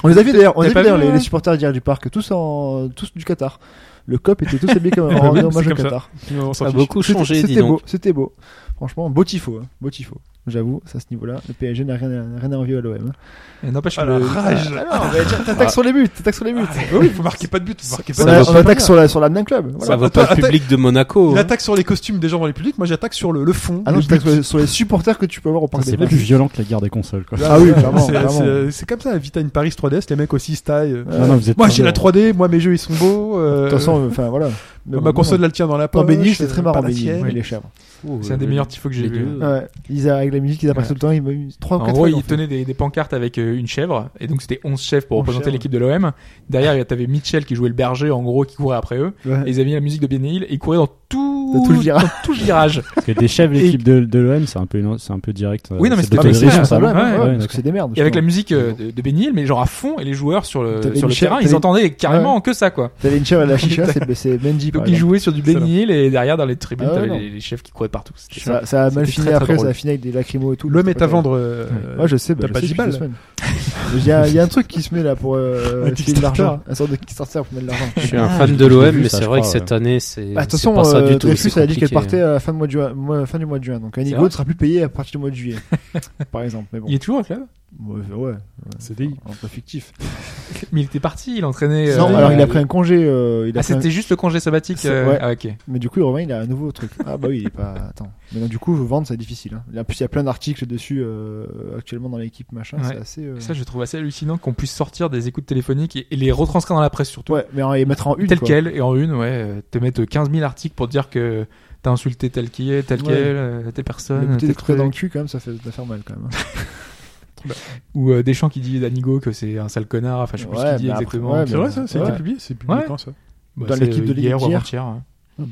Speaker 5: on les a vu d'ailleurs, on les a
Speaker 2: T'as
Speaker 5: vu
Speaker 2: pas
Speaker 5: d'ailleurs
Speaker 2: vu,
Speaker 5: les,
Speaker 2: hein
Speaker 5: les supporters d'hier du parc, tous en, tous du Qatar. Le COP était tous habillés comme en
Speaker 1: oui,
Speaker 5: hommage
Speaker 1: c'est
Speaker 5: au
Speaker 1: comme ça.
Speaker 5: Qatar.
Speaker 1: On s'en
Speaker 4: Ça a
Speaker 1: fiche.
Speaker 4: beaucoup
Speaker 5: C'était-
Speaker 4: changé, dis
Speaker 5: C'était beau,
Speaker 4: donc.
Speaker 5: c'était beau. Franchement, beau tifo, hein, beau tifo. J'avoue, à ce niveau-là, le PSG n'a rien, à- rien à envier à hein. l'OM.
Speaker 2: Et N'empêche
Speaker 1: Ah, la
Speaker 2: le-
Speaker 1: rage.
Speaker 5: T'attaques sur les buts, t'attaques sur les buts.
Speaker 1: Ah, bah oui, vous marquez pas de but, vous marquez pas
Speaker 5: on
Speaker 1: de
Speaker 5: a-
Speaker 1: but.
Speaker 5: on attaque sur la, sur la même club.
Speaker 4: Ça
Speaker 5: Voilà.
Speaker 4: va
Speaker 1: Attends,
Speaker 4: pas le public de Monaco.
Speaker 1: Il
Speaker 4: hein.
Speaker 1: attaque sur les costumes des gens dans les publics, moi j'attaque sur le, le fond.
Speaker 5: Ah non,
Speaker 1: le
Speaker 5: j'attaque
Speaker 1: but.
Speaker 5: sur, sur les supporters que tu peux avoir au parc
Speaker 3: C'est
Speaker 5: des
Speaker 3: plus
Speaker 5: Princes.
Speaker 3: violent que la guerre des consoles quoi.
Speaker 5: Ah oui, clairement,
Speaker 1: C'est-
Speaker 5: vraiment.
Speaker 1: c'est- C'est comme ça, Vita une Paris 3DS, les mecs aussi style.
Speaker 5: Ouais.
Speaker 3: Non, non, vous êtes
Speaker 1: Moi
Speaker 3: pas
Speaker 1: j'ai la
Speaker 3: bon.
Speaker 1: 3D, moi mes jeux ils sont beaux. euh,
Speaker 5: De toute façon, enfin voilà. Mais
Speaker 1: ma
Speaker 5: bon,
Speaker 1: console elle tient dans la
Speaker 5: non.
Speaker 1: poche.
Speaker 5: En Béni, c'est très
Speaker 1: euh, pas
Speaker 5: marrant,
Speaker 1: la
Speaker 5: Béni,
Speaker 1: tienne.
Speaker 5: mais les chèvres.
Speaker 2: C'est un des meilleurs tifos que j'ai
Speaker 4: les
Speaker 2: vu.
Speaker 4: deux.
Speaker 5: Ouais, ils arrivent avec la musique, ils apparaissent
Speaker 2: Ouais.
Speaker 5: tout le temps, ils 3 ou
Speaker 2: En
Speaker 5: 4
Speaker 2: gros, il tenait des, des pancartes avec euh, une chèvre, et donc c'était 11 chèvres pour
Speaker 5: 11
Speaker 2: représenter
Speaker 5: chèvres.
Speaker 2: l'équipe de l'OM. Derrière, t'avais Mitchell qui jouait le berger, en gros, qui courait après eux. Et ils avaient mis la musique de Ben Hill, et ils couraient dans tout,
Speaker 5: Dans tout le virage.
Speaker 2: dans tout le virage.
Speaker 3: Parce que des chefs l'équipe de, de l'OM, c'est un peu une- c'est un peu direct. euh,
Speaker 2: Oui, non, mais
Speaker 3: c'est
Speaker 2: c'était
Speaker 3: de
Speaker 2: pas
Speaker 3: l'organisation,
Speaker 2: exprès,
Speaker 3: ça,
Speaker 5: ouais,
Speaker 2: va,
Speaker 3: non
Speaker 5: ouais,
Speaker 2: ouais,
Speaker 5: parce
Speaker 3: d'accord.
Speaker 5: que c'est des merdes.
Speaker 2: Et avec la
Speaker 5: justement.
Speaker 2: musique euh, de, de Ben Hill, mais genre à fond, et les joueurs sur le,
Speaker 5: T'avais
Speaker 2: sur le
Speaker 5: Mitchell,
Speaker 2: terrain, ils
Speaker 5: t'avais-
Speaker 2: entendaient carrément que ça, quoi.
Speaker 5: T'avais une chèvre et la chicha, c'est c'est Benji.
Speaker 2: Donc
Speaker 5: par
Speaker 2: ils
Speaker 5: exemple.
Speaker 2: jouaient sur du Ben
Speaker 1: Excellent.
Speaker 2: Hill, et derrière, dans les tribunes,
Speaker 5: Ah ouais,
Speaker 2: t'avais
Speaker 5: non.
Speaker 2: les, les chefs qui couraient partout. C'était
Speaker 5: Ça, ça a mal
Speaker 2: C'était
Speaker 5: fini
Speaker 2: très, très
Speaker 5: après,
Speaker 2: drôle.
Speaker 5: ça a fini avec des lacrymos et tout.
Speaker 1: L'homme
Speaker 5: donc
Speaker 1: est
Speaker 5: c'est
Speaker 1: à
Speaker 5: pas
Speaker 1: vendre. euh,
Speaker 5: terrible. Ouais, je sais, bah,
Speaker 1: T'as
Speaker 5: je
Speaker 1: pas
Speaker 5: sais,
Speaker 1: dix
Speaker 5: je suis
Speaker 1: balles.
Speaker 5: semaine. Il y, a, il y a un truc qui se met là pour euh,
Speaker 1: Un
Speaker 5: filer de l'argent,
Speaker 1: Kickstarter.
Speaker 5: un sorte de Kickstarter pour mettre de l'argent.
Speaker 4: Je suis un
Speaker 3: Ah,
Speaker 4: fan
Speaker 3: je-
Speaker 4: de
Speaker 3: je l'ai
Speaker 4: l'OM,
Speaker 3: vu,
Speaker 4: mais
Speaker 3: ça,
Speaker 4: c'est
Speaker 3: je
Speaker 4: vrai que
Speaker 3: crois,
Speaker 4: cette année, c'est
Speaker 5: Bah, de toute
Speaker 4: c'est pas
Speaker 5: façon,
Speaker 4: ça
Speaker 5: euh,
Speaker 4: du tout.
Speaker 5: Dreyfus
Speaker 4: c'est
Speaker 5: a dit qu'elle
Speaker 4: compliqué,
Speaker 5: partait
Speaker 4: hein.
Speaker 5: à la fin, de mois de juin, mois- fin du mois de juin, donc un
Speaker 2: C'est
Speaker 5: Inigo ne
Speaker 2: vrai
Speaker 5: sera plus payé à partir du mois de juillet. Par exemple, mais bon.
Speaker 2: Il est toujours au club
Speaker 5: Ouais, ouais,
Speaker 1: C'est des-
Speaker 5: un peu fictif.
Speaker 2: Mais il était parti, il entraînait.
Speaker 5: non,
Speaker 2: euh,
Speaker 5: alors il a pris un congé, euh, il a
Speaker 2: Ah,
Speaker 5: pris un-
Speaker 2: c'était juste le congé sabbatique.
Speaker 5: C'est-
Speaker 2: euh,
Speaker 5: ouais. Mm.
Speaker 2: Ah, ok.
Speaker 5: Mais du coup, il revient, il a un nouveau truc. Ah bah oui, il est pas. Attends. Mais donc, du coup, vendre, c'est difficile. Hein. En plus, il y a plein d'articles dessus euh, actuellement dans l'équipe, machin.
Speaker 2: Ouais.
Speaker 5: C'est assez. euh,
Speaker 2: Et Ça, je trouve assez hallucinant qu'on puisse sortir des écoutes téléphoniques et, et les retranscrire dans la presse surtout.
Speaker 5: Ouais, mais en- et mettre en une.
Speaker 2: tel
Speaker 5: quoi.
Speaker 2: quel et en une, ouais. euh, Te mettre 15 000 articles pour dire que t'as insulté tel qui est, tel
Speaker 5: Ouais.
Speaker 2: quel, euh, telle
Speaker 5: Le
Speaker 2: personne,
Speaker 5: goûter
Speaker 2: tel
Speaker 5: des trucs
Speaker 2: truc.
Speaker 5: dans le cul, quand même, ça fait, ça fait mal quand même. hein.
Speaker 2: Ou euh, Deschamps qui dit d'Anigo que c'est un sale connard. Enfin, je sais plus ce
Speaker 5: Ouais,
Speaker 2: qu'il dit
Speaker 5: mais après-
Speaker 2: exactement.
Speaker 5: ouais,
Speaker 1: C'est vrai ça, c'est
Speaker 5: Ouais.
Speaker 1: été publié, c'est publié
Speaker 2: Ouais.
Speaker 1: quand ça ben
Speaker 2: Bah,
Speaker 5: dans
Speaker 2: c'est,
Speaker 5: l'équipe de
Speaker 2: euh,
Speaker 5: Ligue
Speaker 2: hier ou
Speaker 5: d'hier.
Speaker 2: avant-hier, hein.
Speaker 4: Ah,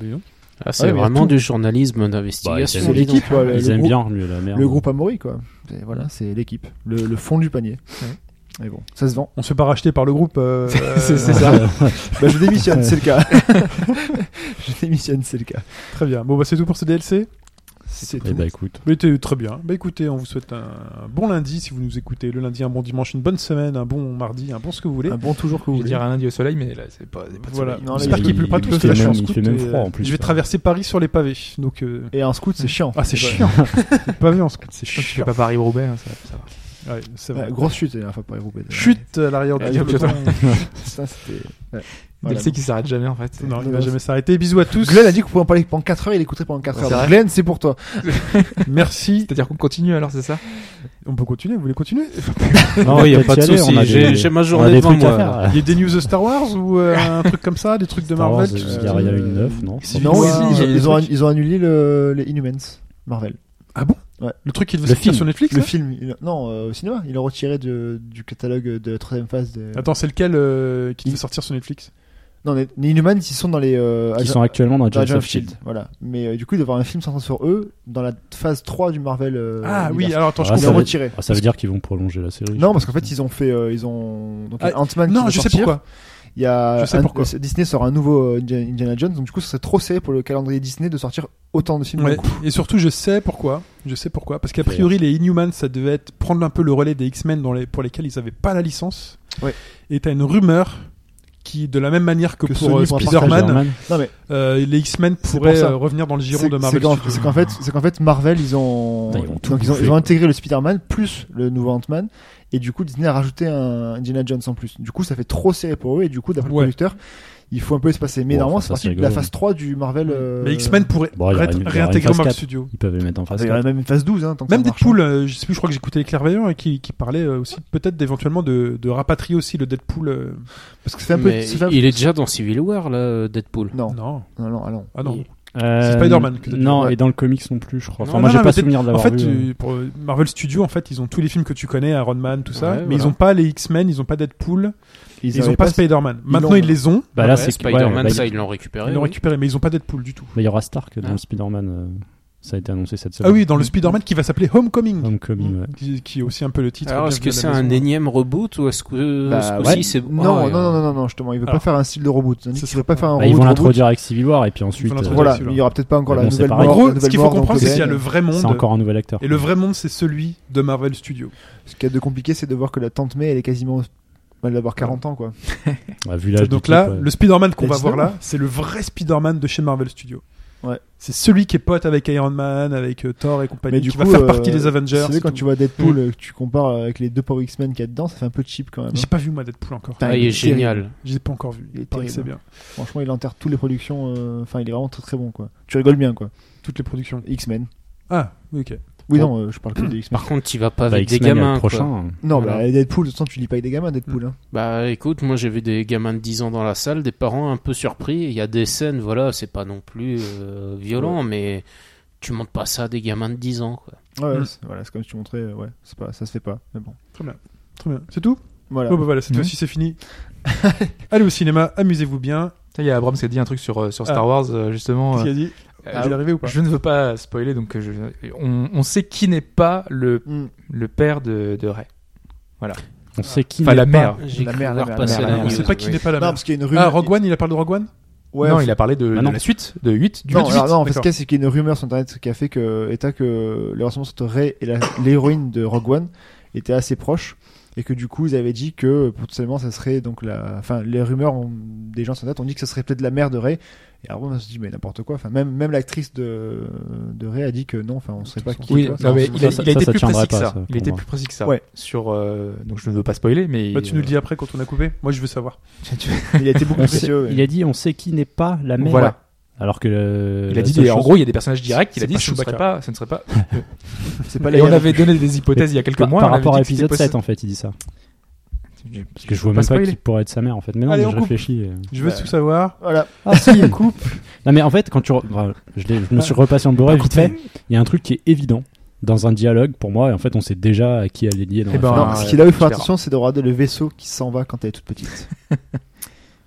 Speaker 5: Ouais,
Speaker 4: c'est
Speaker 5: mais
Speaker 4: vraiment
Speaker 5: tout.
Speaker 4: du journalisme d'investigation.
Speaker 3: Bah,
Speaker 5: C'est
Speaker 3: il y a
Speaker 4: dis donc.
Speaker 5: l'équipe, ouais,
Speaker 2: hein.
Speaker 5: le,
Speaker 3: Ils
Speaker 5: le
Speaker 3: aiment
Speaker 5: groupe,
Speaker 3: bien hein. mieux la merde.
Speaker 5: le groupe Amaury, quoi. C'est- voilà, c'est l'équipe. Le, le fond du panier. Et bon, ça se vend.
Speaker 1: On se fait pas racheter par le groupe. euh,
Speaker 2: C'est- c'est
Speaker 1: euh,
Speaker 2: ça.
Speaker 5: Bah, je démissionne, c'est le cas. je démissionne, c'est le cas.
Speaker 1: Très bien. Bon bah c'est tout pour ce DLC.
Speaker 5: C'est
Speaker 3: Et
Speaker 5: tout.
Speaker 3: bah écoute,
Speaker 1: Mais t'es- très bien. Bah écoutez, on vous souhaite un bon lundi si vous nous écoutez. Le lundi, un bon dimanche, une bonne semaine, un bon mardi, un bon ce que vous
Speaker 2: Eh ben,
Speaker 1: voulez.
Speaker 5: Un bon toujours que vous
Speaker 2: Je
Speaker 5: voulez.
Speaker 2: dirais un lundi au soleil, mais là, c'est pas, c'est pas de
Speaker 1: Voilà.
Speaker 2: soleil.
Speaker 5: Non,
Speaker 1: J'espère
Speaker 5: il-
Speaker 1: qu'il pleut pas
Speaker 3: il
Speaker 1: tout parce que
Speaker 3: fait
Speaker 1: là je suis en
Speaker 3: même- il
Speaker 1: scout
Speaker 3: fait même
Speaker 1: et,
Speaker 3: froid, en
Speaker 1: euh,
Speaker 3: plus.
Speaker 1: Je vais traverser Paris sur les pavés. Donc euh,
Speaker 5: Et en scout, c'est chiant.
Speaker 2: Ah,
Speaker 1: ah c'est chiant. les pavés en scout, c'est
Speaker 2: Je fais
Speaker 1: chiant.
Speaker 2: pas Paris-Roubaix, hein, ça, ça va.
Speaker 1: Ouais, c'est
Speaker 5: Ouais,
Speaker 1: vrai.
Speaker 5: grosse chute la dernière fois pour Roubaix.
Speaker 1: Chute à l'arrière du
Speaker 5: Ouais,
Speaker 1: peloton.
Speaker 5: Ça, c'était- ouais. Voilà.
Speaker 2: DLC qui s'arrête jamais en fait.
Speaker 1: Non, il va jamais s'arrêter. Bisous à tous.
Speaker 5: Glenn a dit qu'on pouvait en parler pendant 4 heures, il écouterait pendant 4
Speaker 2: C'est
Speaker 5: heures.
Speaker 2: vrai.
Speaker 5: Donc, Glenn, c'est pour toi.
Speaker 1: Merci.
Speaker 2: C'est-à-dire qu'on continue alors, c'est ça
Speaker 1: On peut continuer. Vous voulez continuer
Speaker 3: Non, y
Speaker 4: il n'y
Speaker 3: a
Speaker 4: a pas de
Speaker 3: qu'à y aller,
Speaker 4: souci.
Speaker 3: on a
Speaker 4: J'ai
Speaker 3: des-
Speaker 4: j'ai ma
Speaker 3: on a
Speaker 4: journée
Speaker 3: des
Speaker 4: devant
Speaker 3: trucs
Speaker 4: moi.
Speaker 3: à faire.
Speaker 4: là.
Speaker 3: là.
Speaker 1: Il y a des news de Star Wars ou euh, un truc comme ça, des trucs de
Speaker 3: Star Wars,
Speaker 1: Marvel. euh, qui-
Speaker 3: euh, il y a il y a eu 9, non
Speaker 1: Si,
Speaker 5: Non,
Speaker 1: mais
Speaker 5: ouais,
Speaker 1: si,
Speaker 5: ils,
Speaker 1: il y a des
Speaker 5: ils ont,
Speaker 1: trucs.
Speaker 5: ils ont annulé le- les Inhumans, Marvel.
Speaker 1: Le truc qu'il veut
Speaker 3: Le
Speaker 1: sortir
Speaker 3: film.
Speaker 1: sur Netflix.
Speaker 5: Le
Speaker 1: là
Speaker 5: film, il- non, euh, au cinéma, ils l'ont retiré de- du catalogue de la troisième phase. des-
Speaker 1: Attends, c'est lequel euh, qui
Speaker 5: Il-
Speaker 1: veut sortir sur Netflix
Speaker 5: Non, les, les Inhumans, ils sont dans les. euh,
Speaker 3: Qui
Speaker 5: Agents-
Speaker 3: sont actuellement dans
Speaker 5: dans
Speaker 3: Agents
Speaker 5: Agents
Speaker 3: of
Speaker 5: of
Speaker 1: E
Speaker 5: Shield.
Speaker 3: Shield.
Speaker 5: E Voilà. Mais euh, du coup, d'avoir un film centré sur eux dans la phase 3 du Marvel. euh,
Speaker 1: Ah oui,
Speaker 5: univers.
Speaker 1: alors attends, je
Speaker 3: Ah,
Speaker 5: ils
Speaker 3: ça
Speaker 5: l'ont
Speaker 1: comprends.
Speaker 3: va-
Speaker 5: retiré.
Speaker 3: Ah, Ça veut dire qu'ils vont prolonger la série.
Speaker 5: Non, parce qu'en fait, ils ont fait. euh, ils ont. Donc, il y a
Speaker 1: Ah,
Speaker 5: Ant-Man qui
Speaker 1: Non,
Speaker 5: va
Speaker 1: je sais
Speaker 5: sortir.
Speaker 1: pourquoi.
Speaker 5: Il y a
Speaker 1: Je sais
Speaker 5: un-
Speaker 1: pourquoi.
Speaker 5: euh, Disney sort un nouveau euh, Indiana Indiana Jones, donc du coup, ce serait trop serré pour le calendrier Disney de sortir autant de films.
Speaker 1: Ouais.
Speaker 5: d'un coup.
Speaker 1: Et surtout, je sais pourquoi. Je sais pourquoi. Parce qu'a priori, les Inhumans, ça devait être prendre un peu le relais des X-Men dans les- pour lesquels ils n'avaient pas la licence.
Speaker 5: Ouais.
Speaker 1: Et t'as une rumeur qui, de la même manière que,
Speaker 5: Que
Speaker 1: pour
Speaker 5: Sony
Speaker 1: euh,
Speaker 5: pourra
Speaker 3: Spider-Man.
Speaker 1: Spider-Man,
Speaker 5: Non mais
Speaker 1: euh, les X-Men
Speaker 5: C'est
Speaker 1: pourraient
Speaker 5: pour ça.
Speaker 1: euh, revenir dans le giron
Speaker 5: c'est-
Speaker 1: de
Speaker 5: c'est
Speaker 1: Marvel.
Speaker 5: qu'en-
Speaker 1: Studios.
Speaker 5: C'est qu'en fait, c'est qu'en fait, Marvel, ils ont
Speaker 3: Putain, ils vont tout
Speaker 5: donc ils ont,
Speaker 3: bouffer,
Speaker 5: ils ont
Speaker 3: quoi.
Speaker 5: intégré le Spider-Man plus le nouveau Ant-Man, et du coup, Disney a rajouté un Indiana Jones en plus. Du coup, ça fait trop serré pour eux, et du coup, d'après
Speaker 1: Ouais.
Speaker 5: le producteur, il faut un peu espacer. Mais
Speaker 3: Bon,
Speaker 5: normalement,
Speaker 3: enfin,
Speaker 5: c'est
Speaker 3: ça,
Speaker 5: parti
Speaker 3: c'est
Speaker 5: de la
Speaker 3: rigolo.
Speaker 5: phase 3 du Marvel. euh,
Speaker 1: Mais X-Men pourraient
Speaker 3: Bon, il y aura une- il y aura une
Speaker 1: réintégrer
Speaker 3: phase
Speaker 1: Marvel
Speaker 3: 4.
Speaker 1: Studios.
Speaker 3: Ils peuvent les mettre en face.
Speaker 5: Il y a même une phase 12, hein, tant que
Speaker 1: Même
Speaker 5: ça marche, hein.
Speaker 1: Deadpool, euh, je sais plus, je crois que j'écoutais les clairvoyants et qui, qui parlaient euh, aussi peut-être d'éventuellement de, de rapatrier aussi le Deadpool. euh,
Speaker 5: hein. Parce que c'est un peu.
Speaker 4: Mais
Speaker 5: c'est un-
Speaker 4: il est déjà dans Civil War, là, euh, Deadpool.
Speaker 5: Non,
Speaker 1: Non,
Speaker 5: non, non, ah non.
Speaker 1: ah non.
Speaker 3: Euh,
Speaker 1: C'est Spider-Man que t'as dit.
Speaker 3: Non,
Speaker 5: Ouais.
Speaker 3: et dans le comics non plus, je crois.
Speaker 4: Non,
Speaker 3: Enfin, moi,
Speaker 1: non,
Speaker 3: j'ai
Speaker 1: non,
Speaker 3: pas
Speaker 1: mais c'est-
Speaker 3: souvenir de
Speaker 1: En
Speaker 3: l'avoir
Speaker 1: fait,
Speaker 3: vu. euh.
Speaker 1: euh, pour euh, Marvel Studios, en fait, ils ont tous les films que tu connais, Iron Man, tout ça,
Speaker 4: Ouais,
Speaker 1: mais
Speaker 4: voilà.
Speaker 1: ils ont pas les X-Men, ils ont pas Deadpool, ils,
Speaker 5: avaient
Speaker 1: ont pas Spider-Man.
Speaker 5: ils
Speaker 1: Maintenant,
Speaker 5: l'ont,
Speaker 1: ils
Speaker 5: là.
Speaker 1: les ont,
Speaker 3: Bah là,
Speaker 4: Ouais,
Speaker 3: c'est que- ouais,
Speaker 4: Spider-Man,
Speaker 3: bah,
Speaker 4: ça,
Speaker 3: il
Speaker 4: ils l'ont récupéré.
Speaker 1: ils l'ont
Speaker 4: oui.
Speaker 1: récupéré, mais ils ont pas Deadpool du tout.
Speaker 3: bah, il y aura Stark dans
Speaker 4: Ah.
Speaker 3: Spider-Man. euh, Ça a été annoncé cette semaine.
Speaker 1: Ah oui, dans le Spider-Man qui va s'appeler Homecoming,
Speaker 3: Homecoming, ouais.
Speaker 1: qui, qui est aussi un peu le titre.
Speaker 4: Alors, est-ce
Speaker 1: Bienvenue
Speaker 4: que
Speaker 1: à la
Speaker 4: c'est
Speaker 1: maison.
Speaker 4: un énième reboot ou est-ce que
Speaker 5: Bah,
Speaker 4: ce
Speaker 5: ouais.
Speaker 4: coup-ci c'est.
Speaker 5: Non,
Speaker 4: Ah,
Speaker 5: non, non, non, non, justement, il veut
Speaker 1: Alors.
Speaker 5: pas faire un style de reboot. Il
Speaker 1: Ce
Speaker 5: veut
Speaker 1: serait-
Speaker 5: pas faire un
Speaker 3: Bah, ils
Speaker 5: reboot,
Speaker 3: vont
Speaker 5: reboot.
Speaker 3: l'introduire avec Civil War et puis ensuite.
Speaker 1: l'introduire
Speaker 3: euh,
Speaker 5: Voilà,
Speaker 1: celui-là.
Speaker 5: mais il y aura peut-être pas encore
Speaker 3: Bah,
Speaker 5: la
Speaker 3: bon, c'est
Speaker 5: nouvelle
Speaker 1: En
Speaker 3: pareil.
Speaker 5: mort, la
Speaker 1: gros,
Speaker 5: nouvelle
Speaker 1: ce qu'il faut
Speaker 5: mort dans
Speaker 1: comprendre, c'est qu'il y a
Speaker 5: Cobra.
Speaker 1: le vrai
Speaker 3: C'est
Speaker 1: monde,
Speaker 3: encore un nouvel acteur.
Speaker 1: et le vrai monde, c'est celui de Marvel Studios.
Speaker 5: Ce qu'il y a de compliqué, c'est de voir que la tante May, elle est quasiment. Elle va avoir 40 ans, quoi.
Speaker 3: Ouais, vu l'âge
Speaker 1: Donc
Speaker 3: du euh,
Speaker 1: là,
Speaker 3: type, ouais.
Speaker 1: le Spider-Man qu'on
Speaker 5: T'as
Speaker 1: va
Speaker 5: dit
Speaker 1: voir
Speaker 5: ça,
Speaker 1: là, c'est le vrai Spider-Man de chez Marvel Studios.
Speaker 5: Ouais.
Speaker 1: C'est celui qui est pote avec Iron Man, avec euh, Thor et compagnie,
Speaker 5: Mais du
Speaker 1: qui
Speaker 5: coup,
Speaker 1: va faire
Speaker 5: euh,
Speaker 1: partie des
Speaker 5: C'est
Speaker 1: Avengers.
Speaker 5: vrai, quand
Speaker 1: et
Speaker 5: tu
Speaker 1: tout.
Speaker 5: vois Deadpool, euh, que tu compares avec les deux Power X-Men qu'il y a dedans, ça fait un peu cheap quand même. hein.
Speaker 1: J'ai pas vu moi Deadpool encore.
Speaker 5: Putain,
Speaker 4: Ah, il est
Speaker 5: terrible.
Speaker 4: génial.
Speaker 1: Je l'ai pas encore vu.
Speaker 5: Il est
Speaker 1: Il paraît que c'est
Speaker 5: terrible. hein.
Speaker 1: bien.
Speaker 5: Franchement, il enterre toutes les productions. euh, Enfin, il est vraiment très très bon, quoi. Tu rigoles bien, quoi.
Speaker 1: Toutes les productions.
Speaker 5: X-Men.
Speaker 1: Ah, ok.
Speaker 5: Oui,
Speaker 4: Bon.
Speaker 5: non, euh, je parle que des X-Men.
Speaker 4: Par contre, tu vas pas
Speaker 3: Bah,
Speaker 4: avec des
Speaker 3: X-Men, il y a
Speaker 4: gamins.
Speaker 3: le
Speaker 4: quoi.
Speaker 3: prochain.
Speaker 5: Non,
Speaker 4: Voilà.
Speaker 5: bah, Deadpool, de toute façon, tu lis pas avec des gamins, Deadpool. Hein.
Speaker 4: Bah écoute, moi j'ai vu des gamins de 10 ans dans la salle, des parents un peu surpris. Il y a des scènes, voilà, c'est pas non plus euh, violent, mais tu montes pas ça à des gamins de 10 ans. Quoi.
Speaker 5: Ouais,
Speaker 1: Mm.
Speaker 5: c'est- voilà, c'est comme si tu montrais. euh, Ouais, c'est pas, ça se fait pas. Mais bon.
Speaker 1: Très bien. C'est tout
Speaker 5: Voilà.
Speaker 1: Bon, bah voilà, cette
Speaker 5: Mhm.
Speaker 1: fois-ci c'est fini. Allez au cinéma, amusez-vous bien.
Speaker 2: Putain, Il y a Abrams qui a dit un truc sur, euh, sur Star
Speaker 1: Ah.
Speaker 2: Wars, euh, justement.
Speaker 1: Qu'est-ce qu'il a
Speaker 2: euh,
Speaker 1: dit
Speaker 5: Ah,
Speaker 1: Ah,
Speaker 2: euh,
Speaker 1: Il est arrivé ou pas
Speaker 2: je ne veux pas spoiler, donc euh, je, on, on sait qui n'est pas le,
Speaker 5: Mm.
Speaker 2: le père de, de Ray.
Speaker 3: On sait qui.
Speaker 2: Ah. Enfin,
Speaker 3: n'est
Speaker 2: la
Speaker 3: pas-
Speaker 2: mère.
Speaker 4: J'ai
Speaker 5: La
Speaker 4: cru
Speaker 5: merde, la
Speaker 4: voir
Speaker 5: merde,
Speaker 4: passer
Speaker 2: la
Speaker 4: la
Speaker 2: merde.
Speaker 1: On
Speaker 4: news,
Speaker 1: sait pas qui
Speaker 4: Ah, oui.
Speaker 1: n'est pas la
Speaker 5: Non,
Speaker 1: merde.
Speaker 5: parce qu'il y a une rumeur.
Speaker 1: Ah, Rogue One, il a parlé de Rogue One
Speaker 5: Ouais,
Speaker 2: non, il a parlé de,
Speaker 1: Bah
Speaker 3: Ah
Speaker 2: de
Speaker 3: non.
Speaker 2: la suite, de 8, du
Speaker 5: Non,
Speaker 2: 8.
Speaker 5: alors, non, en fait, ce
Speaker 1: d'accord.
Speaker 5: qu'il y a, c'est qu'il y a une rumeur sur internet qui a fait que, état que le relationnement entre Rey et la- l'héroïne de Rogue One était assez proche et que du coup, ils avaient dit que potentiellement, ça serait donc la, enfin, les rumeurs ont- des gens sur internet ont dit que ça serait peut-être la mère de Rey. Et alors, on se dit, mais n'importe quoi. Enfin, même, même l'actrice de, de Rey a dit que non, enfin, on serait pas qui.
Speaker 2: Oui,
Speaker 5: tu vois.
Speaker 2: non, mais
Speaker 5: Ça,
Speaker 2: il a,
Speaker 3: ça,
Speaker 2: il a
Speaker 3: ça,
Speaker 2: été
Speaker 3: ça
Speaker 2: plus précis
Speaker 3: tiendrait
Speaker 2: que
Speaker 3: pas,
Speaker 2: ça.
Speaker 3: ça,
Speaker 2: il
Speaker 3: pour
Speaker 2: était
Speaker 3: moi.
Speaker 2: plus précis que ça.
Speaker 5: Ouais.
Speaker 2: Sur, euh, donc je ne veux pas spoiler, mais. euh,
Speaker 1: Bah, tu nous le
Speaker 5: euh,
Speaker 1: dis après quand on a coupé. Moi, je veux savoir.
Speaker 5: Il a été beaucoup
Speaker 3: On sait-
Speaker 5: précieux. ouais.
Speaker 3: Il a dit on sait qui n'est pas la mère.
Speaker 2: Voilà.
Speaker 3: Alors que.
Speaker 2: Il
Speaker 3: euh,
Speaker 2: a
Speaker 3: Ah, la
Speaker 2: dit,
Speaker 3: seule
Speaker 2: des- en
Speaker 3: chose-
Speaker 2: gros, il y a des personnages directs. Il a
Speaker 1: C'est
Speaker 2: dit,
Speaker 1: pas
Speaker 2: ce ne serait
Speaker 1: Chewbacca.
Speaker 2: pas. Ce ne serait pas
Speaker 5: C'est pas la
Speaker 2: et on
Speaker 5: guerre.
Speaker 2: avait donné des hypothèses il y a quelques
Speaker 3: Par-
Speaker 2: mois.
Speaker 3: Par
Speaker 2: on avait
Speaker 3: rapport à
Speaker 2: dit que c'était
Speaker 3: épisode 7,
Speaker 2: possible.
Speaker 3: en fait, il dit ça. Parce
Speaker 2: Je-
Speaker 3: que je vois
Speaker 2: pas
Speaker 3: même pas
Speaker 2: spoiler. Ah,
Speaker 3: qui pourrait être sa mère, en fait. Mais non,
Speaker 1: Allez,
Speaker 3: mais
Speaker 1: on
Speaker 3: je
Speaker 1: coupe.
Speaker 3: réfléchis. euh.
Speaker 1: Je veux
Speaker 5: Bah.
Speaker 1: tout savoir.
Speaker 5: Voilà.
Speaker 3: Ah si, il coupe. Non mais en fait, quand tu, re- enfin, je, l'ai- je me suis
Speaker 2: Ah,
Speaker 3: repassé en Blu-ray vite fait. Il y a un truc qui est évident dans un dialogue pour moi. Et en fait, on sait déjà à qui elle est liée. Dans
Speaker 2: Eh
Speaker 3: la
Speaker 2: ben,
Speaker 3: fin.
Speaker 5: Non,
Speaker 2: Ah,
Speaker 5: ce
Speaker 2: ouais,
Speaker 5: qu'il a eu
Speaker 2: tu
Speaker 5: faire
Speaker 2: verras.
Speaker 5: attention, c'est de regarder le vaisseau qui s'en va quand elle est toute petite.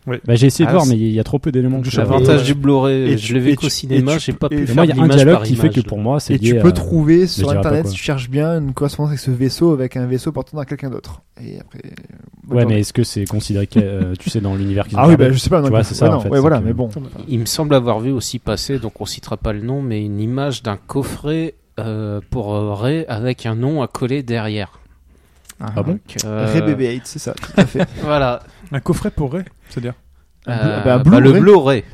Speaker 3: Bah, j'ai essayé de
Speaker 2: Ah,
Speaker 3: voir,
Speaker 2: c'est-
Speaker 3: mais il y a trop peu d'éléments. que je savais.
Speaker 4: L'avantage
Speaker 5: Et-
Speaker 4: du Blu-ray,
Speaker 5: et
Speaker 4: je
Speaker 5: tu-
Speaker 4: l'ai
Speaker 5: et
Speaker 4: vu qu'au
Speaker 5: tu-
Speaker 4: cinéma,
Speaker 5: et
Speaker 4: j'ai
Speaker 5: tu-
Speaker 4: pas
Speaker 5: et
Speaker 4: pu
Speaker 5: tu-
Speaker 3: Mais
Speaker 4: faire
Speaker 3: moi, il y a un
Speaker 4: d'image
Speaker 3: dialogue
Speaker 4: par
Speaker 3: qui fait
Speaker 4: image,
Speaker 3: que
Speaker 4: là.
Speaker 3: pour moi, c'est
Speaker 5: Et
Speaker 3: lié
Speaker 5: tu
Speaker 3: euh, à-
Speaker 5: peux trouver sur
Speaker 3: dirai pas
Speaker 5: internet,
Speaker 3: quoi.
Speaker 5: si tu cherches bien, une correspondance avec ce vaisseau, avec un vaisseau portant à quelqu'un d'autre. Et après. euh, bonne
Speaker 3: Ouais,
Speaker 5: journée.
Speaker 3: mais est-ce que c'est considéré, que, euh, tu sais, dans l'univers qu'ils ont
Speaker 5: Ah oui,
Speaker 3: gardé
Speaker 5: bah, je sais pas.
Speaker 3: Tu
Speaker 5: non,
Speaker 3: vois,
Speaker 5: mais-
Speaker 3: c'est ça,
Speaker 5: ouais,
Speaker 3: en
Speaker 5: non,
Speaker 3: fait,
Speaker 5: ouais,
Speaker 3: c'est
Speaker 5: voilà,
Speaker 3: que-
Speaker 5: mais bon.
Speaker 4: Il me semble avoir vu aussi passer, donc on citera pas le nom, mais une image d'un coffret euh, pour euh, Ray avec un nom à coller derrière.
Speaker 3: Ah bon
Speaker 4: Donc, euh,
Speaker 5: Ray BB-8, c'est ça, tout à fait.
Speaker 4: Voilà.
Speaker 1: Un coffret pour Ray, c'est-à-dire.
Speaker 5: Un
Speaker 4: Euh,
Speaker 5: Blu- bah,
Speaker 4: bah,
Speaker 5: un Blu-ray.
Speaker 4: le Blu-ray.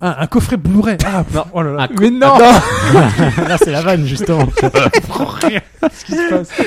Speaker 1: Ah, un coffret Blu-ray. Ah, pff,
Speaker 4: Non.
Speaker 1: oh là là.
Speaker 2: Mais non
Speaker 3: Ah, Là, c'est la vanne, justement.
Speaker 1: Qu'est-ce qui se passe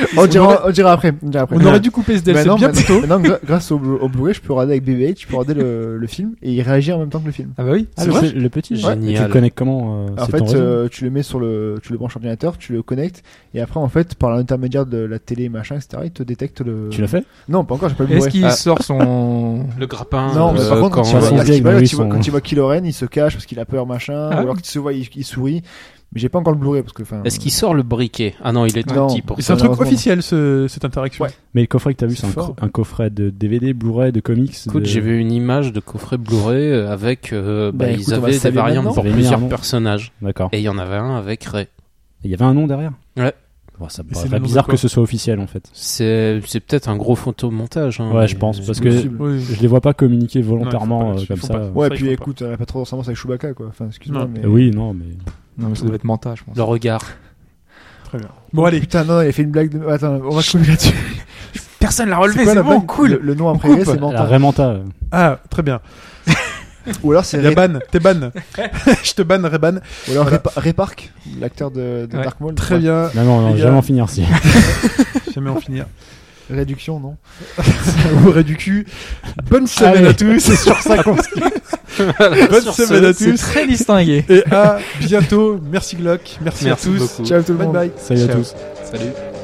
Speaker 5: on, dira, on dira après. On, dira après.
Speaker 1: On aurait dû couper ce
Speaker 5: Mais
Speaker 1: DLC
Speaker 5: Bah non,
Speaker 1: bien
Speaker 5: maintenant-
Speaker 1: tôt.
Speaker 5: maintenant, gra- grâce au, Blu- au Blu-ray, je peux regarder avec BBH, je peux regarder le, le film et il réagit en même temps que le film.
Speaker 2: Ah bah oui.
Speaker 5: C'est
Speaker 3: le,
Speaker 5: vrai
Speaker 3: le petit
Speaker 4: Ouais.
Speaker 3: Et Tu
Speaker 4: Génial.
Speaker 3: le connectes comment euh,
Speaker 5: En
Speaker 3: c'est ton
Speaker 5: fait,
Speaker 3: réseau
Speaker 5: euh, tu le mets sur le, tu le branches ordinateur, tu le connectes et après, en fait, par l'intermédiaire de la télé, machin, etc., il te détecte le.
Speaker 3: Tu l'as fait
Speaker 5: Non, pas encore, j'ai pas le
Speaker 2: Est-ce
Speaker 5: Blu-ray.
Speaker 2: qu'il
Speaker 4: Ah.
Speaker 2: sort son.
Speaker 4: Le grappin.
Speaker 5: Non, mais
Speaker 4: euh,
Speaker 5: par contre, quand,
Speaker 4: quand,
Speaker 5: tu
Speaker 3: sur
Speaker 5: vois-
Speaker 3: son
Speaker 5: quand
Speaker 3: vieil,
Speaker 5: tu vois-
Speaker 3: oui,
Speaker 5: quand tu vois-
Speaker 3: son-
Speaker 5: quand tu vois Kylo Ren, il se cache parce qu'il a peur, machin,
Speaker 2: Ah.
Speaker 5: ou alors que tu se vois, il, il sourit. Mais j'ai pas encore le Blu-ray parce que, enfin.
Speaker 4: Est-ce qu'il sort le briquet Ah non, il est tout
Speaker 5: Non.
Speaker 4: petit pour
Speaker 1: C'est un
Speaker 4: ça.
Speaker 1: truc
Speaker 5: malheureusement.
Speaker 1: officiel ce- cette interaction.
Speaker 5: Ouais.
Speaker 3: Mais le coffret que t'as vu, c'est un,
Speaker 5: C'est fort.
Speaker 3: cro- un coffret de DVD, Blu-ray, de comics.
Speaker 4: Écoute,
Speaker 3: de-
Speaker 4: j'ai vu une image de coffret Blu-ray euh, avec. euh, bah,
Speaker 5: Bah, écoute,
Speaker 4: ils
Speaker 5: on va
Speaker 4: avaient
Speaker 5: se
Speaker 4: des
Speaker 5: saluer
Speaker 4: variantes
Speaker 5: maintenant.
Speaker 4: pour
Speaker 3: Ils avaient mis un
Speaker 4: plusieurs
Speaker 3: nom.
Speaker 4: personnages.
Speaker 3: D'accord.
Speaker 4: Et il y en avait un avec Ray.
Speaker 3: Il y avait un nom derrière
Speaker 4: Ouais.
Speaker 3: Bon, ça me
Speaker 1: Et c'est
Speaker 3: paraît
Speaker 1: le nom de
Speaker 3: bizarre
Speaker 1: quoi
Speaker 3: que ce soit officiel en fait.
Speaker 4: C'est c'est peut-être un gros photomontage. hein,
Speaker 3: Ouais,
Speaker 4: mais-
Speaker 3: je pense. Parce
Speaker 5: c'est
Speaker 3: que
Speaker 5: possible.
Speaker 1: Oui.
Speaker 3: je les vois pas communiquer
Speaker 1: Non,
Speaker 3: volontairement
Speaker 1: ils font pas-
Speaker 3: euh,
Speaker 1: ils
Speaker 3: comme
Speaker 1: font
Speaker 3: ça.
Speaker 1: pas.
Speaker 5: Ouais,
Speaker 1: Ça, il
Speaker 5: puis
Speaker 1: faut
Speaker 5: écoute, elle a pas trop de ressemblance avec Chewbacca, quoi. Enfin, excuse-moi,
Speaker 1: Non.
Speaker 5: mais.
Speaker 3: Euh, Oui, non, mais.
Speaker 2: Non, mais ça doit être Manta, je pense.
Speaker 4: Le regard.
Speaker 1: Très bien. Bon, allez.
Speaker 5: Putain, non, il a fait une blague de. Attends, on va couper là-dessus.
Speaker 2: Personne l'a
Speaker 5: quoi la blague Le, le nom après, c'est
Speaker 3: La
Speaker 5: mental.
Speaker 3: Raymanta. euh.
Speaker 1: Ah, très bien.
Speaker 5: Ou alors c'est
Speaker 1: Il y a
Speaker 5: Ray,
Speaker 1: ban. T'es ban. Je te banne, Reban.
Speaker 5: ou alors Ray, Ray Park, l'acteur de, de
Speaker 2: Ouais.
Speaker 5: Dark Maul.
Speaker 1: Très
Speaker 5: Ouais.
Speaker 1: bien.
Speaker 3: Non, non, non,
Speaker 1: Les gars.
Speaker 3: jamais en finir si.
Speaker 1: Jamais en finir.
Speaker 5: Réduction, non
Speaker 1: Ça vous aurait du cul. Bonne semaine
Speaker 5: Allez.
Speaker 1: à tous. C'est sur ça qu'on se Bonne
Speaker 4: Sur
Speaker 1: semaine à tous.
Speaker 2: Très distingué.
Speaker 1: Et à bientôt. Merci Glock. Merci, à
Speaker 4: Merci
Speaker 1: tous.
Speaker 4: beaucoup.
Speaker 5: Ciao tout le
Speaker 1: Bye
Speaker 5: monde.
Speaker 1: bye.
Speaker 3: Salut à
Speaker 2: Ciao.
Speaker 3: tous.
Speaker 2: Salut.